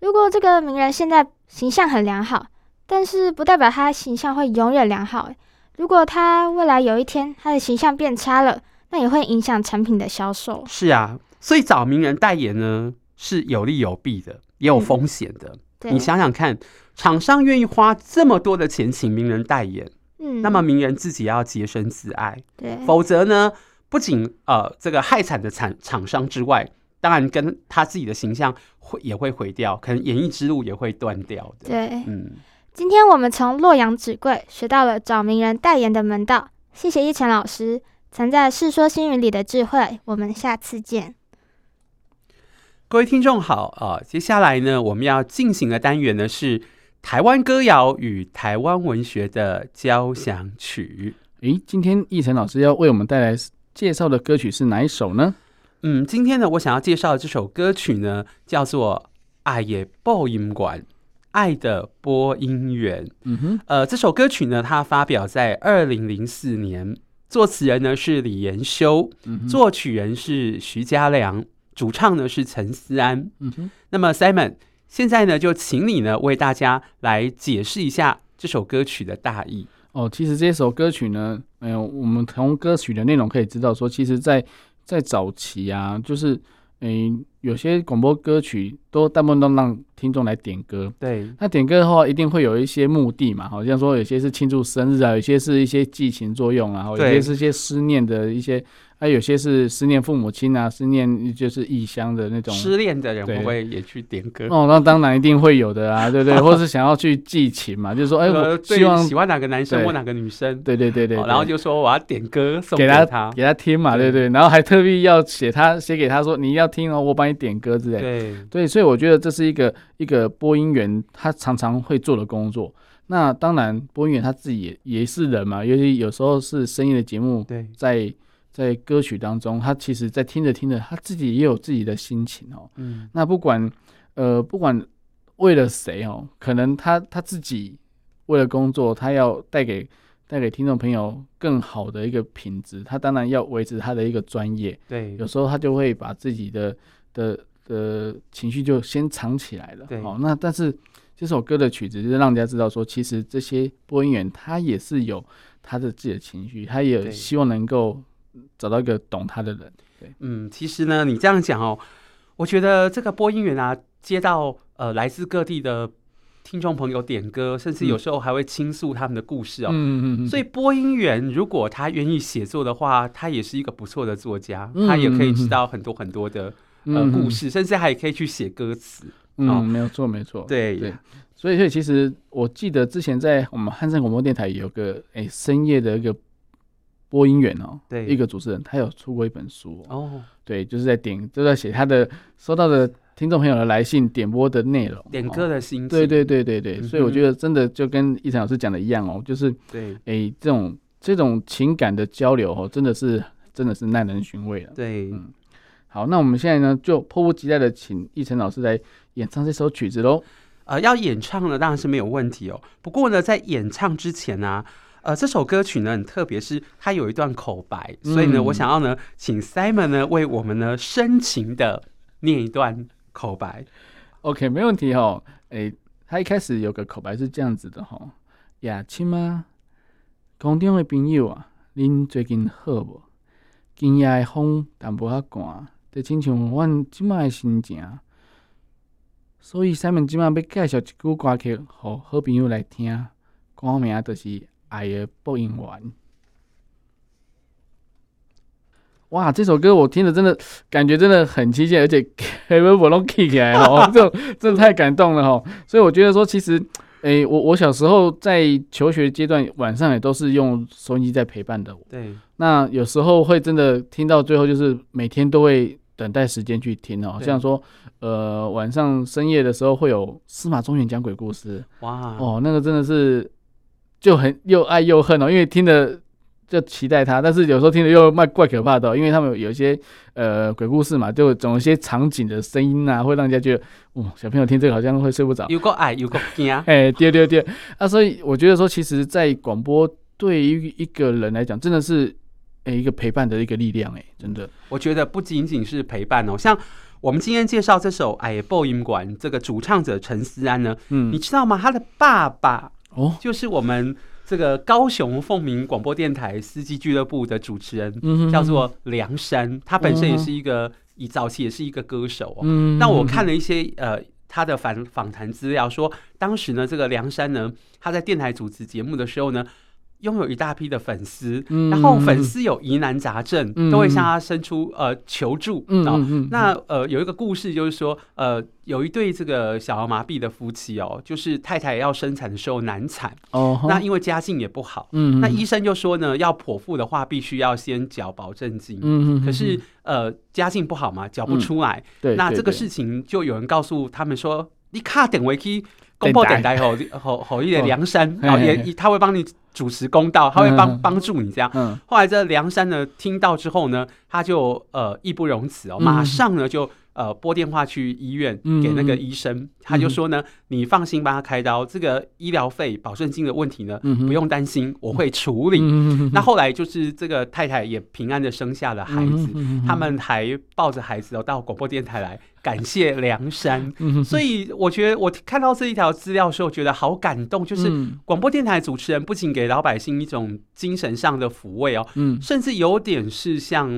[SPEAKER 2] 如果这个名人现在形象很良好，但是不代表他形象会永远良好诶。如果他未来有一天他的形象变差了，那也会影响产品的销售。
[SPEAKER 1] 是啊，所以找名人代言呢是有利有弊的，也有风险的。
[SPEAKER 2] 嗯对，
[SPEAKER 1] 你想想看，厂商愿意花这么多的钱请名人代言，
[SPEAKER 2] 嗯，
[SPEAKER 1] 那么名人自己也要洁身自爱。
[SPEAKER 2] 对，
[SPEAKER 1] 否则呢，不仅呃这个害惨的产厂商之外，当然跟他自己的形象会也会毁掉，可能演艺之路也会断掉的。，
[SPEAKER 2] 对。
[SPEAKER 1] 嗯，
[SPEAKER 2] 今天我们从洛阳纸贵学到了找名人代言的门道，谢谢一晨老师藏在《世说新语》里的智慧，我们下次见。
[SPEAKER 1] 各位听众好啊、呃接下来呢，我们要进行的单元呢是台湾歌谣与台湾文学的交响曲。
[SPEAKER 3] 诶，今天奕晨老师要为我们带来介绍的歌曲是哪一首呢？
[SPEAKER 1] 嗯，今天呢，我想要介绍的这首歌曲呢，叫做《爱也播音馆》，爱的播音员。
[SPEAKER 3] 嗯哼，
[SPEAKER 1] 呃，这首歌曲呢，它发表在二零零四年，作词人呢是李延修，
[SPEAKER 3] 嗯哼，
[SPEAKER 1] 作曲人是徐嘉良，主唱呢是陈思安。
[SPEAKER 3] 嗯哼，
[SPEAKER 1] 那么 Simon，现在呢就请你呢为大家来解释一下这首歌曲的大意。
[SPEAKER 3] 哦，其实这首歌曲呢，哎、呦，我们从歌曲的内容可以知道说，其实在，在早期啊，就是，诶、有些广播歌曲都大部分都让听众来点歌，
[SPEAKER 1] 对，
[SPEAKER 3] 那点歌的话，一定会有一些目的嘛，好像说有些是庆祝生日啊，有些是一些寄情作用啊，有
[SPEAKER 1] 对
[SPEAKER 3] 些是一些思念的一些，啊，有些是思念父母亲啊，思念就是异乡的那种。
[SPEAKER 1] 失恋的人会
[SPEAKER 3] 对
[SPEAKER 1] 不会也去点歌？
[SPEAKER 3] 哦，那当然一定会有的啊，对 不对？或是想要去寄情嘛，就是说，哎，
[SPEAKER 1] 呃
[SPEAKER 3] 我
[SPEAKER 1] 对
[SPEAKER 3] 希望
[SPEAKER 1] 喜，欢哪个男生
[SPEAKER 3] 对
[SPEAKER 1] 或哪个女生，
[SPEAKER 3] 对对对对，
[SPEAKER 1] 哦然后
[SPEAKER 3] 对
[SPEAKER 1] 就说我要点歌送
[SPEAKER 3] 给
[SPEAKER 1] 他。
[SPEAKER 3] 给他听嘛，
[SPEAKER 1] 啊对
[SPEAKER 3] 对对，然后还特地要写他写给他说，你要听哦，我帮你点歌之类的。
[SPEAKER 1] 对，
[SPEAKER 3] 对，所以我觉得这是一个一个播音员他常常会做的工作。那当然，播音员他自己也也是人嘛，尤其有时候是声音的节目
[SPEAKER 1] 对，
[SPEAKER 3] 在，在歌曲当中，他其实在听着听着，他自己也有自己的心情哦。
[SPEAKER 1] 嗯，
[SPEAKER 3] 那不管呃，不管为了谁哦，可能他他自己为了工作，他要带给带给听众朋友更好的一个品质，他当然要维持他的一个专业。
[SPEAKER 1] 对，
[SPEAKER 3] 有时候他就会把自己的的的情绪就先藏起来了。
[SPEAKER 1] 对
[SPEAKER 3] 哦，那但是这首歌的曲子就是让人家知道说，其实这些播音员他也是有他的自己的情绪，他也
[SPEAKER 1] 对
[SPEAKER 3] 希望能够找到一个懂他的人。
[SPEAKER 1] 嗯，其实呢，你这样讲哦，我觉得这个播音员啊，接到呃来自各地的听众朋友点歌，甚至有
[SPEAKER 3] 嗯
[SPEAKER 1] 时候还会倾诉他们的故事哦。
[SPEAKER 3] 嗯嗯嗯，
[SPEAKER 1] 所以播音员如果他愿意写作的话，他也是一个不错的作家，
[SPEAKER 3] 嗯
[SPEAKER 1] 他也可以
[SPEAKER 3] 嗯
[SPEAKER 1] 知
[SPEAKER 3] 嗯
[SPEAKER 1] 道很多很多的、呃
[SPEAKER 3] 嗯
[SPEAKER 1] 故，事，甚至还可以去写歌词。
[SPEAKER 3] 嗯
[SPEAKER 1] 哦
[SPEAKER 3] 嗯，没有错没有错。
[SPEAKER 1] 对
[SPEAKER 3] 对所以，所以其实我记得之前在我们汉声广播电台有个诶、深夜的一个播音员哦，
[SPEAKER 1] 对
[SPEAKER 3] 一个主持人，他有出过一本书、哦，
[SPEAKER 1] 哦，
[SPEAKER 3] 对，就是在点，就在写他的收到的听众朋友的来信点播的内容，
[SPEAKER 1] 点歌
[SPEAKER 3] 哦
[SPEAKER 1] 的心情，
[SPEAKER 3] 对对对对对，
[SPEAKER 1] 嗯哼
[SPEAKER 3] 所以我觉得真的就跟一晨老师讲的一样哦，就是
[SPEAKER 1] 对
[SPEAKER 3] 诶、这种这种情感的交流哦，真的是真的是耐人寻味了。
[SPEAKER 1] 对，
[SPEAKER 3] 嗯好，那我们现在呢，就迫不及待的请一晨老师来演唱这首曲子喽。
[SPEAKER 1] 呃，要演唱呢，当然是没有问题哦。不过呢，在演唱之前呢、呃，这首歌曲呢很特别，是它有一段口白，所以呢，
[SPEAKER 3] 嗯
[SPEAKER 1] 我想要呢，请 Simon 呢为我们呢深情的念一段口白。
[SPEAKER 3] OK，没问题哦。诶、他一开始有个口白是这样子的吼、哦呀，亲啊，空中的朋友啊，恁最近好无？今夜的风淡薄仔寒，就亲像阮即摆的心情。啊所以，西门即摆要介绍一句歌曲，互好朋友来听，歌名就是《爱的播音员》。哇，这首歌我听了真的感觉真的很亲切，而且 Kevin 我都 k 起来了哦，这种真的太感动了哦。所以我觉得说，其实，诶、我我小时候在求学阶段，晚上也都是用收音机在陪伴的我。
[SPEAKER 1] 对，
[SPEAKER 3] 那有时候会真的听到最后，就是每天都会等待时间去听哦。
[SPEAKER 1] 对
[SPEAKER 3] 像说，呃，晚上深夜的时候会有司马中原讲鬼故事
[SPEAKER 1] 哇，
[SPEAKER 3] 哦哦，那个真的是就很又爱又恨哦，因为听的就期待它，但是有时候听着又怪怪可怕的哦、因为他们有有一些呃鬼故事嘛，就总有一些场景的声音啊，会让人家觉得，哦，小朋友听这个好像会睡不着。，
[SPEAKER 1] 有够矮，有够惊
[SPEAKER 3] 哎，对对对，啊，所以我觉得说，其实，在广播对于一个人来讲，真的是哎一个陪伴的一个力量，哎，真的，
[SPEAKER 1] 我觉得不仅仅是陪伴哦，像我们今天介绍这首《矮爆音馆》，这个主唱者陈思安呢，你
[SPEAKER 3] 嗯，
[SPEAKER 1] 知道吗？他的爸爸
[SPEAKER 3] 哦，
[SPEAKER 1] 就是我们这个高雄凤鸣广播电台司机俱乐部的主持人，
[SPEAKER 3] 嗯哼
[SPEAKER 1] 叫，做梁山，他本身也
[SPEAKER 3] 嗯
[SPEAKER 1] 是一个，以早期也是一个歌手哦。
[SPEAKER 3] 嗯，
[SPEAKER 1] 那我看了一些呃他的访访谈资料，说当时呢，这个梁山呢，他在电台主持节目的时候呢，拥有一大批的粉丝，
[SPEAKER 3] 嗯，
[SPEAKER 1] 然后粉丝有疑难杂症，
[SPEAKER 3] 嗯
[SPEAKER 1] 都会向他伸出呃求助。
[SPEAKER 3] 嗯，嗯
[SPEAKER 1] 哦
[SPEAKER 3] 嗯嗯，
[SPEAKER 1] 那呃，有一个故事就是说，呃，有一对这个小儿麻痹的夫妻哦，就是太太要生产的时候难产，
[SPEAKER 3] 哦，
[SPEAKER 1] 那因为家境也不好，
[SPEAKER 3] 嗯，
[SPEAKER 1] 那
[SPEAKER 3] 嗯
[SPEAKER 1] 医，生就说呢，要剖腹的话，必须要先缴保证金。
[SPEAKER 3] 嗯嗯，
[SPEAKER 1] 可是
[SPEAKER 3] 嗯
[SPEAKER 1] 呃，家境不好嘛，缴不出来。
[SPEAKER 3] 对，
[SPEAKER 1] 那
[SPEAKER 3] 对
[SPEAKER 1] 这个
[SPEAKER 3] 对
[SPEAKER 1] 事情就有人告诉他们说，你卡点回去公布
[SPEAKER 3] 电
[SPEAKER 1] 等待 吼吼吼一点梁山，
[SPEAKER 3] 哦嘿
[SPEAKER 1] 然后
[SPEAKER 3] 嘿
[SPEAKER 1] 也
[SPEAKER 3] 嘿
[SPEAKER 1] 他会帮你主持公道，他会
[SPEAKER 3] 嗯
[SPEAKER 1] 帮帮助你这样。
[SPEAKER 3] 嗯，
[SPEAKER 1] 后来这梁山呢听到之后呢，他就呃义不容辞哦，
[SPEAKER 3] 嗯
[SPEAKER 1] 马上呢就呃拨电话去医院
[SPEAKER 3] 嗯
[SPEAKER 1] 给那个医生，他就说呢，你放心帮他开刀，这个医疗费保证金的问题呢
[SPEAKER 3] 嗯哼
[SPEAKER 1] 不用担心，我会处理。
[SPEAKER 3] 嗯嗯
[SPEAKER 1] 那后来就是这个太太也平安的生下了孩子，他，们还抱着孩子哦到广播电台来感谢梁山。
[SPEAKER 3] 嗯嗯嗯嗯嗯嗯
[SPEAKER 1] 所以我觉得我看到这一条资料的时候，觉得好感动，就是
[SPEAKER 3] 嗯
[SPEAKER 1] 广播电台主持人不仅给老百姓一种精神上的抚慰哦，
[SPEAKER 3] 嗯，
[SPEAKER 1] 甚至有点是像，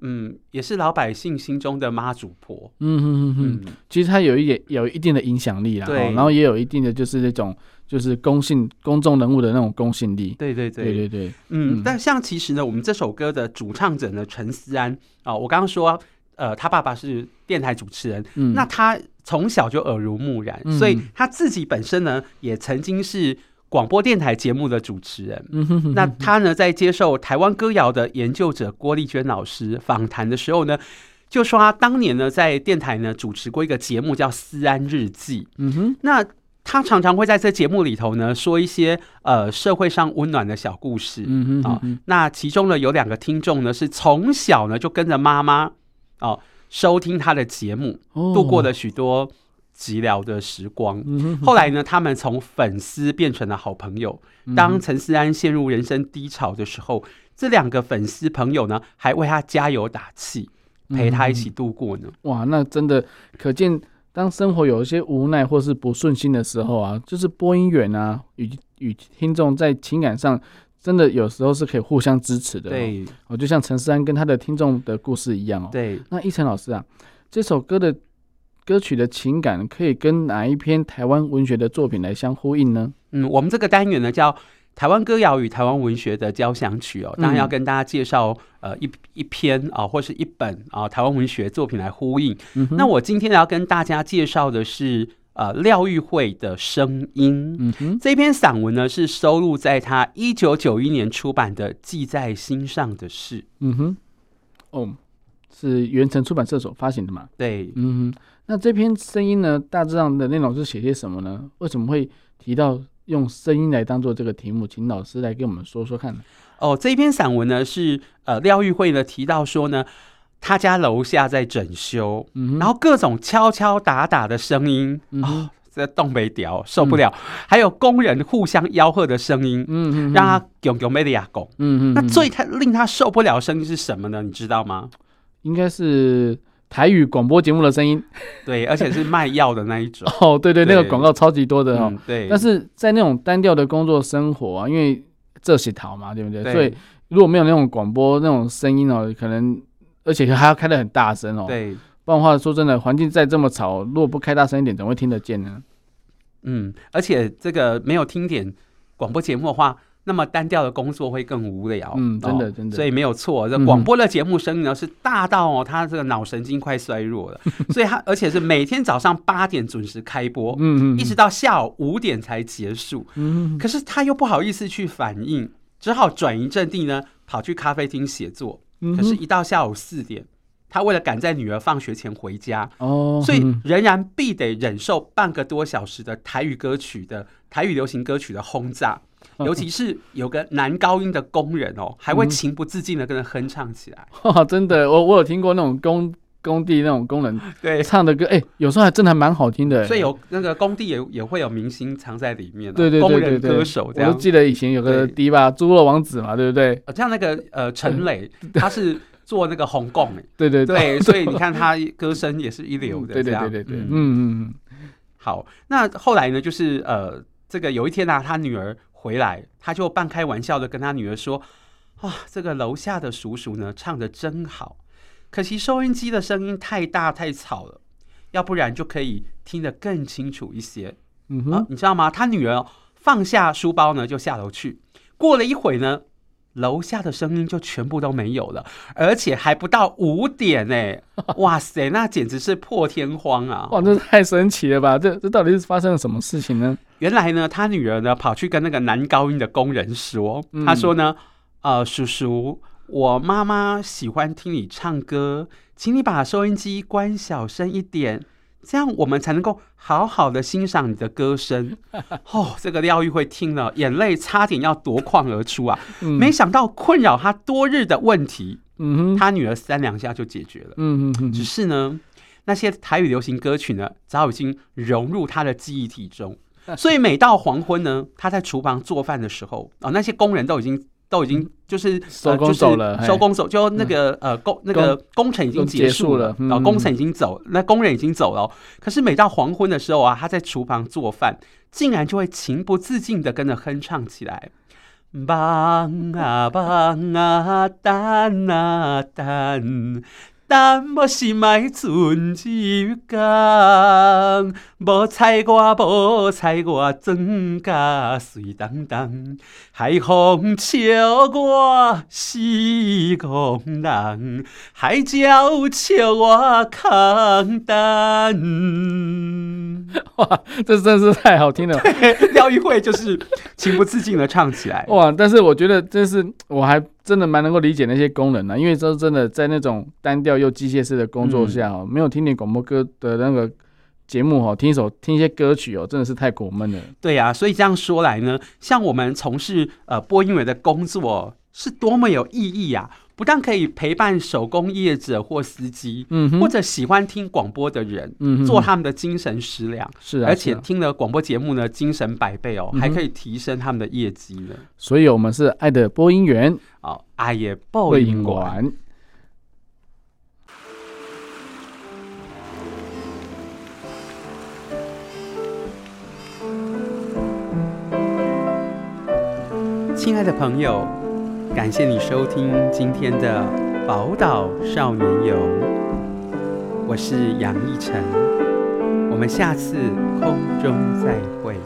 [SPEAKER 1] 嗯，也是老百姓心中的妈祖婆。
[SPEAKER 3] 嗯嗯嗯嗯，
[SPEAKER 1] 嗯，
[SPEAKER 3] 其实它有一点有一定的影响力啦，
[SPEAKER 1] 对
[SPEAKER 3] 哦然后也有一定的就是那种就是公信公众人物的那种公信力，
[SPEAKER 1] 对对
[SPEAKER 3] 对
[SPEAKER 1] 对，
[SPEAKER 3] 对对，嗯
[SPEAKER 1] 嗯，但像其实呢，我们这首歌的主唱者呢，陈思安啊、我刚刚说，呃，他爸爸是电台主持人，
[SPEAKER 3] 嗯，
[SPEAKER 1] 那他从小就耳濡目染，
[SPEAKER 3] 嗯
[SPEAKER 1] 所以他自己本身呢，也曾经是广播电台节目的主持人。
[SPEAKER 3] 嗯哼哼
[SPEAKER 1] 那
[SPEAKER 3] 哼
[SPEAKER 1] 他呢，在接受台湾歌谣的研究者郭丽娟老师访谈的时候呢，就说他当年呢在电台呢主持过一个节目叫《思安日记》，
[SPEAKER 3] 嗯哼
[SPEAKER 1] 那他常常会在这节目里头呢说一些呃社会上温暖的小故事。
[SPEAKER 3] 嗯哼
[SPEAKER 1] 啊
[SPEAKER 3] 嗯
[SPEAKER 1] 那其中呢有两个听众呢是从小呢就跟着妈妈哦收听他的节目，
[SPEAKER 3] 哼
[SPEAKER 1] 度过了，许多寂寥的时光。
[SPEAKER 3] 嗯哼
[SPEAKER 1] 后来呢，他们从粉丝变成了好朋友。当陈思安陷入人生低潮的时候，这两个粉丝朋友呢，还为他加油打气，陪他一起度过呢。
[SPEAKER 3] 哇，那真的可见，当生活有一些无奈或是不顺心的时候啊，就是播音员啊与与听众在情感上。真的有时候是可以互相支持的、哦，
[SPEAKER 1] 对
[SPEAKER 3] 哦，就像陈思安跟他的听众的故事一样哦。
[SPEAKER 1] 对，
[SPEAKER 3] 那一晨老师啊，这首歌的歌曲的情感可以跟哪一篇台湾文学的作品来相呼应呢？
[SPEAKER 1] 嗯，我们这个单元呢叫。台湾歌谣与台湾文学的交响曲哦，当然要
[SPEAKER 3] 嗯
[SPEAKER 1] 跟大家介绍呃一一篇啊、或是一本啊、台湾文学作品来呼应。
[SPEAKER 3] 嗯哼
[SPEAKER 1] 那我今天要跟大家介绍的是呃廖玉慧的声音。
[SPEAKER 3] 嗯哼，
[SPEAKER 1] 这篇散文呢是收录在他一九九一年出版的《记在心上的事》。
[SPEAKER 3] 嗯哼，哦，是元城出版社所发行的嘛？
[SPEAKER 1] 对，
[SPEAKER 3] 嗯哼，那这篇声音呢，大致上的内容是写些什么呢？为什么会提到用声音来当做这个题目？请老师来跟我们说说看。
[SPEAKER 1] 哦，这篇散文呢是呃廖玉慧呢提到说呢，他家楼下在整修，
[SPEAKER 3] 嗯哼，
[SPEAKER 1] 然后哦各种敲敲打打的声音，
[SPEAKER 3] 嗯哼，
[SPEAKER 1] 这东北屌受不了，还有工人互相吆喝的声音，
[SPEAKER 3] 嗯哼，
[SPEAKER 1] 让他囧囧没的牙狗。
[SPEAKER 3] 嗯嗯，
[SPEAKER 1] 那
[SPEAKER 3] 嗯
[SPEAKER 1] 最他令他受不了的声音是什么呢？你知道吗？
[SPEAKER 3] 应该是台语广播节目的声音。
[SPEAKER 1] 对，而且是卖药的那一 种。
[SPEAKER 3] 哦，对对，那个
[SPEAKER 1] 对
[SPEAKER 3] 广告超级多的哦
[SPEAKER 1] 嗯。，对。
[SPEAKER 3] 但是在那种单调的工作生活啊，因为这些逃嘛，对不对？
[SPEAKER 1] 对
[SPEAKER 3] 所以如果没有那种广播那种声音哦，可能而且还要开得很大声哦。，
[SPEAKER 1] 对，
[SPEAKER 3] 不然的话，说真的，环境再这么吵，如果不开大声一点，怎么会听得见呢？
[SPEAKER 1] 嗯，而且这个没有听点广播节目的话，那么单调的工作会更无聊。
[SPEAKER 3] 嗯真的
[SPEAKER 1] 哦
[SPEAKER 3] 真的
[SPEAKER 1] 所以没有错，这
[SPEAKER 3] 嗯
[SPEAKER 1] 广播的节目声音呢是大到哦，他这个脑神经快衰弱 了，所以他而且是每天早上八点准时开播，
[SPEAKER 3] 嗯嗯，
[SPEAKER 1] 一直到下午五点才结束。
[SPEAKER 3] 嗯
[SPEAKER 1] 可是他又不好意思去反应，只好转移阵地呢，跑去咖啡厅写作。
[SPEAKER 3] 嗯
[SPEAKER 1] 可是，一到下午四点，他为了赶在女儿放学前回家，
[SPEAKER 3] 哦，
[SPEAKER 1] 所以
[SPEAKER 3] 嗯
[SPEAKER 1] 仍然必得忍受半个多小时的台语歌曲的台语流行歌曲的轰炸。
[SPEAKER 3] 哦
[SPEAKER 1] 尤其是有个男高音的工人哦，还
[SPEAKER 3] 嗯
[SPEAKER 1] 会情不自禁的跟着哼唱起 来。
[SPEAKER 3] 哇，嗯真的，我我有听过那种工工地那种工人
[SPEAKER 1] 对，
[SPEAKER 3] 唱的歌，哎、有时候还真的还蛮好听的、哎
[SPEAKER 1] 所以有那个工地也也会有明星藏在里面哦，
[SPEAKER 3] 对对对
[SPEAKER 1] 工
[SPEAKER 3] 对
[SPEAKER 1] 人
[SPEAKER 3] 对，
[SPEAKER 1] 歌手这
[SPEAKER 3] 我都
[SPEAKER 1] 样。
[SPEAKER 3] 记得以前有个
[SPEAKER 1] 对
[SPEAKER 3] 迪吧，猪肉王子嘛，对不对？
[SPEAKER 1] 呃像那个呃陈 磊，他是做那个红供哎，
[SPEAKER 3] 对对
[SPEAKER 1] 对，所以你看他歌声也是一流的
[SPEAKER 3] 对
[SPEAKER 1] 这
[SPEAKER 3] 对
[SPEAKER 1] 样。
[SPEAKER 3] 对对对，
[SPEAKER 1] 嗯
[SPEAKER 3] 嗯嗯
[SPEAKER 1] 好，那后来呢，就是呃，这个有一天呢、他女儿回来，他就半开玩笑的跟他女儿说：“啊，这个楼下的叔叔呢，唱的真好，可惜收音机的声音太大太吵了，要不然就可以听得更清楚一些。
[SPEAKER 3] 嗯嗯
[SPEAKER 1] 啊
[SPEAKER 3] 哼，，
[SPEAKER 1] 你知道吗？他女儿哦放下书包呢，就下楼去。过了一会呢，楼下的声音就全部都没有了，而且还不到五点呢！哇塞，那简直是破天荒啊！
[SPEAKER 3] 哇，这太神奇了吧！这这到底是发生了什么事情呢？
[SPEAKER 1] 原来呢，他女儿呢跑去跟那个男高音的工人说，
[SPEAKER 3] 嗯
[SPEAKER 1] 他说呢，呃，叔叔，我妈妈喜欢听你唱歌，请你把收音机关小声一点。这样我们才能够好好的欣赏你的歌声。 哦，这个廖玉慧听了，眼泪差点要夺眶而出啊！
[SPEAKER 3] 嗯，
[SPEAKER 1] 没，想到困扰她多日的问题，
[SPEAKER 3] 嗯哼，
[SPEAKER 1] 她女儿三两下就解决了。
[SPEAKER 3] 嗯嗯嗯
[SPEAKER 1] 只
[SPEAKER 3] 嗯，
[SPEAKER 1] 是呢，那些台语流行歌曲呢，早已经融入他的记忆体 中。所以每到黄昏呢，他在厨房做饭的时候，哦，那些工人都已经都已经就是
[SPEAKER 3] 嗯收工走
[SPEAKER 1] 呃就
[SPEAKER 3] 了嘿嗯
[SPEAKER 1] 是、收工走，就那个、呃工那个工程已经结束
[SPEAKER 3] 都结
[SPEAKER 1] 了，
[SPEAKER 3] 束了
[SPEAKER 1] 哦
[SPEAKER 3] 嗯，
[SPEAKER 1] 工程已经走，那工人已经走了哦。可是每到黄昏的时候啊，他在厨房做饭，竟然就会情不自禁的跟着哼唱起来。忙啊忙啊，等啊等，等要是莫存一天，无采我无采我，装甲水当当，海风笑我是戆人，海鸟笑我空等。
[SPEAKER 3] 这真是太好听了。
[SPEAKER 1] 廖一慧就是情不自禁的唱 起来。
[SPEAKER 3] 哇！但是我觉得这是我还真的蛮能够理解那些工人的、啊因为这真的在那种单调又机械式的工
[SPEAKER 1] 嗯
[SPEAKER 3] 作下、哦，没有听点广播歌的那个节目哦，听一首听一些歌曲哦，真的是太苦闷了。
[SPEAKER 1] 对呀、所以这样说来呢，像我们从事呃播音员的工作，是多么有意义啊！不但可以陪伴手工业者或司机，
[SPEAKER 3] 嗯哼，
[SPEAKER 1] 或者喜欢听广播的人，
[SPEAKER 3] 嗯哼
[SPEAKER 1] 做他们的精神食粮，
[SPEAKER 3] 是啊，
[SPEAKER 1] 而且
[SPEAKER 3] 是啊
[SPEAKER 1] 听了广播节目呢，精神百倍哦，
[SPEAKER 3] 嗯哼
[SPEAKER 1] 还可以提升他们的业绩呢。
[SPEAKER 3] 所以我们是爱的播音员
[SPEAKER 1] 哦，啊也报
[SPEAKER 3] 魏
[SPEAKER 1] 应
[SPEAKER 3] 银
[SPEAKER 1] 馆。
[SPEAKER 3] 馆。
[SPEAKER 1] 亲爱的朋友，感谢你收听今天的《宝岛少年游》，我是杨逸晨，我们下次空中再会。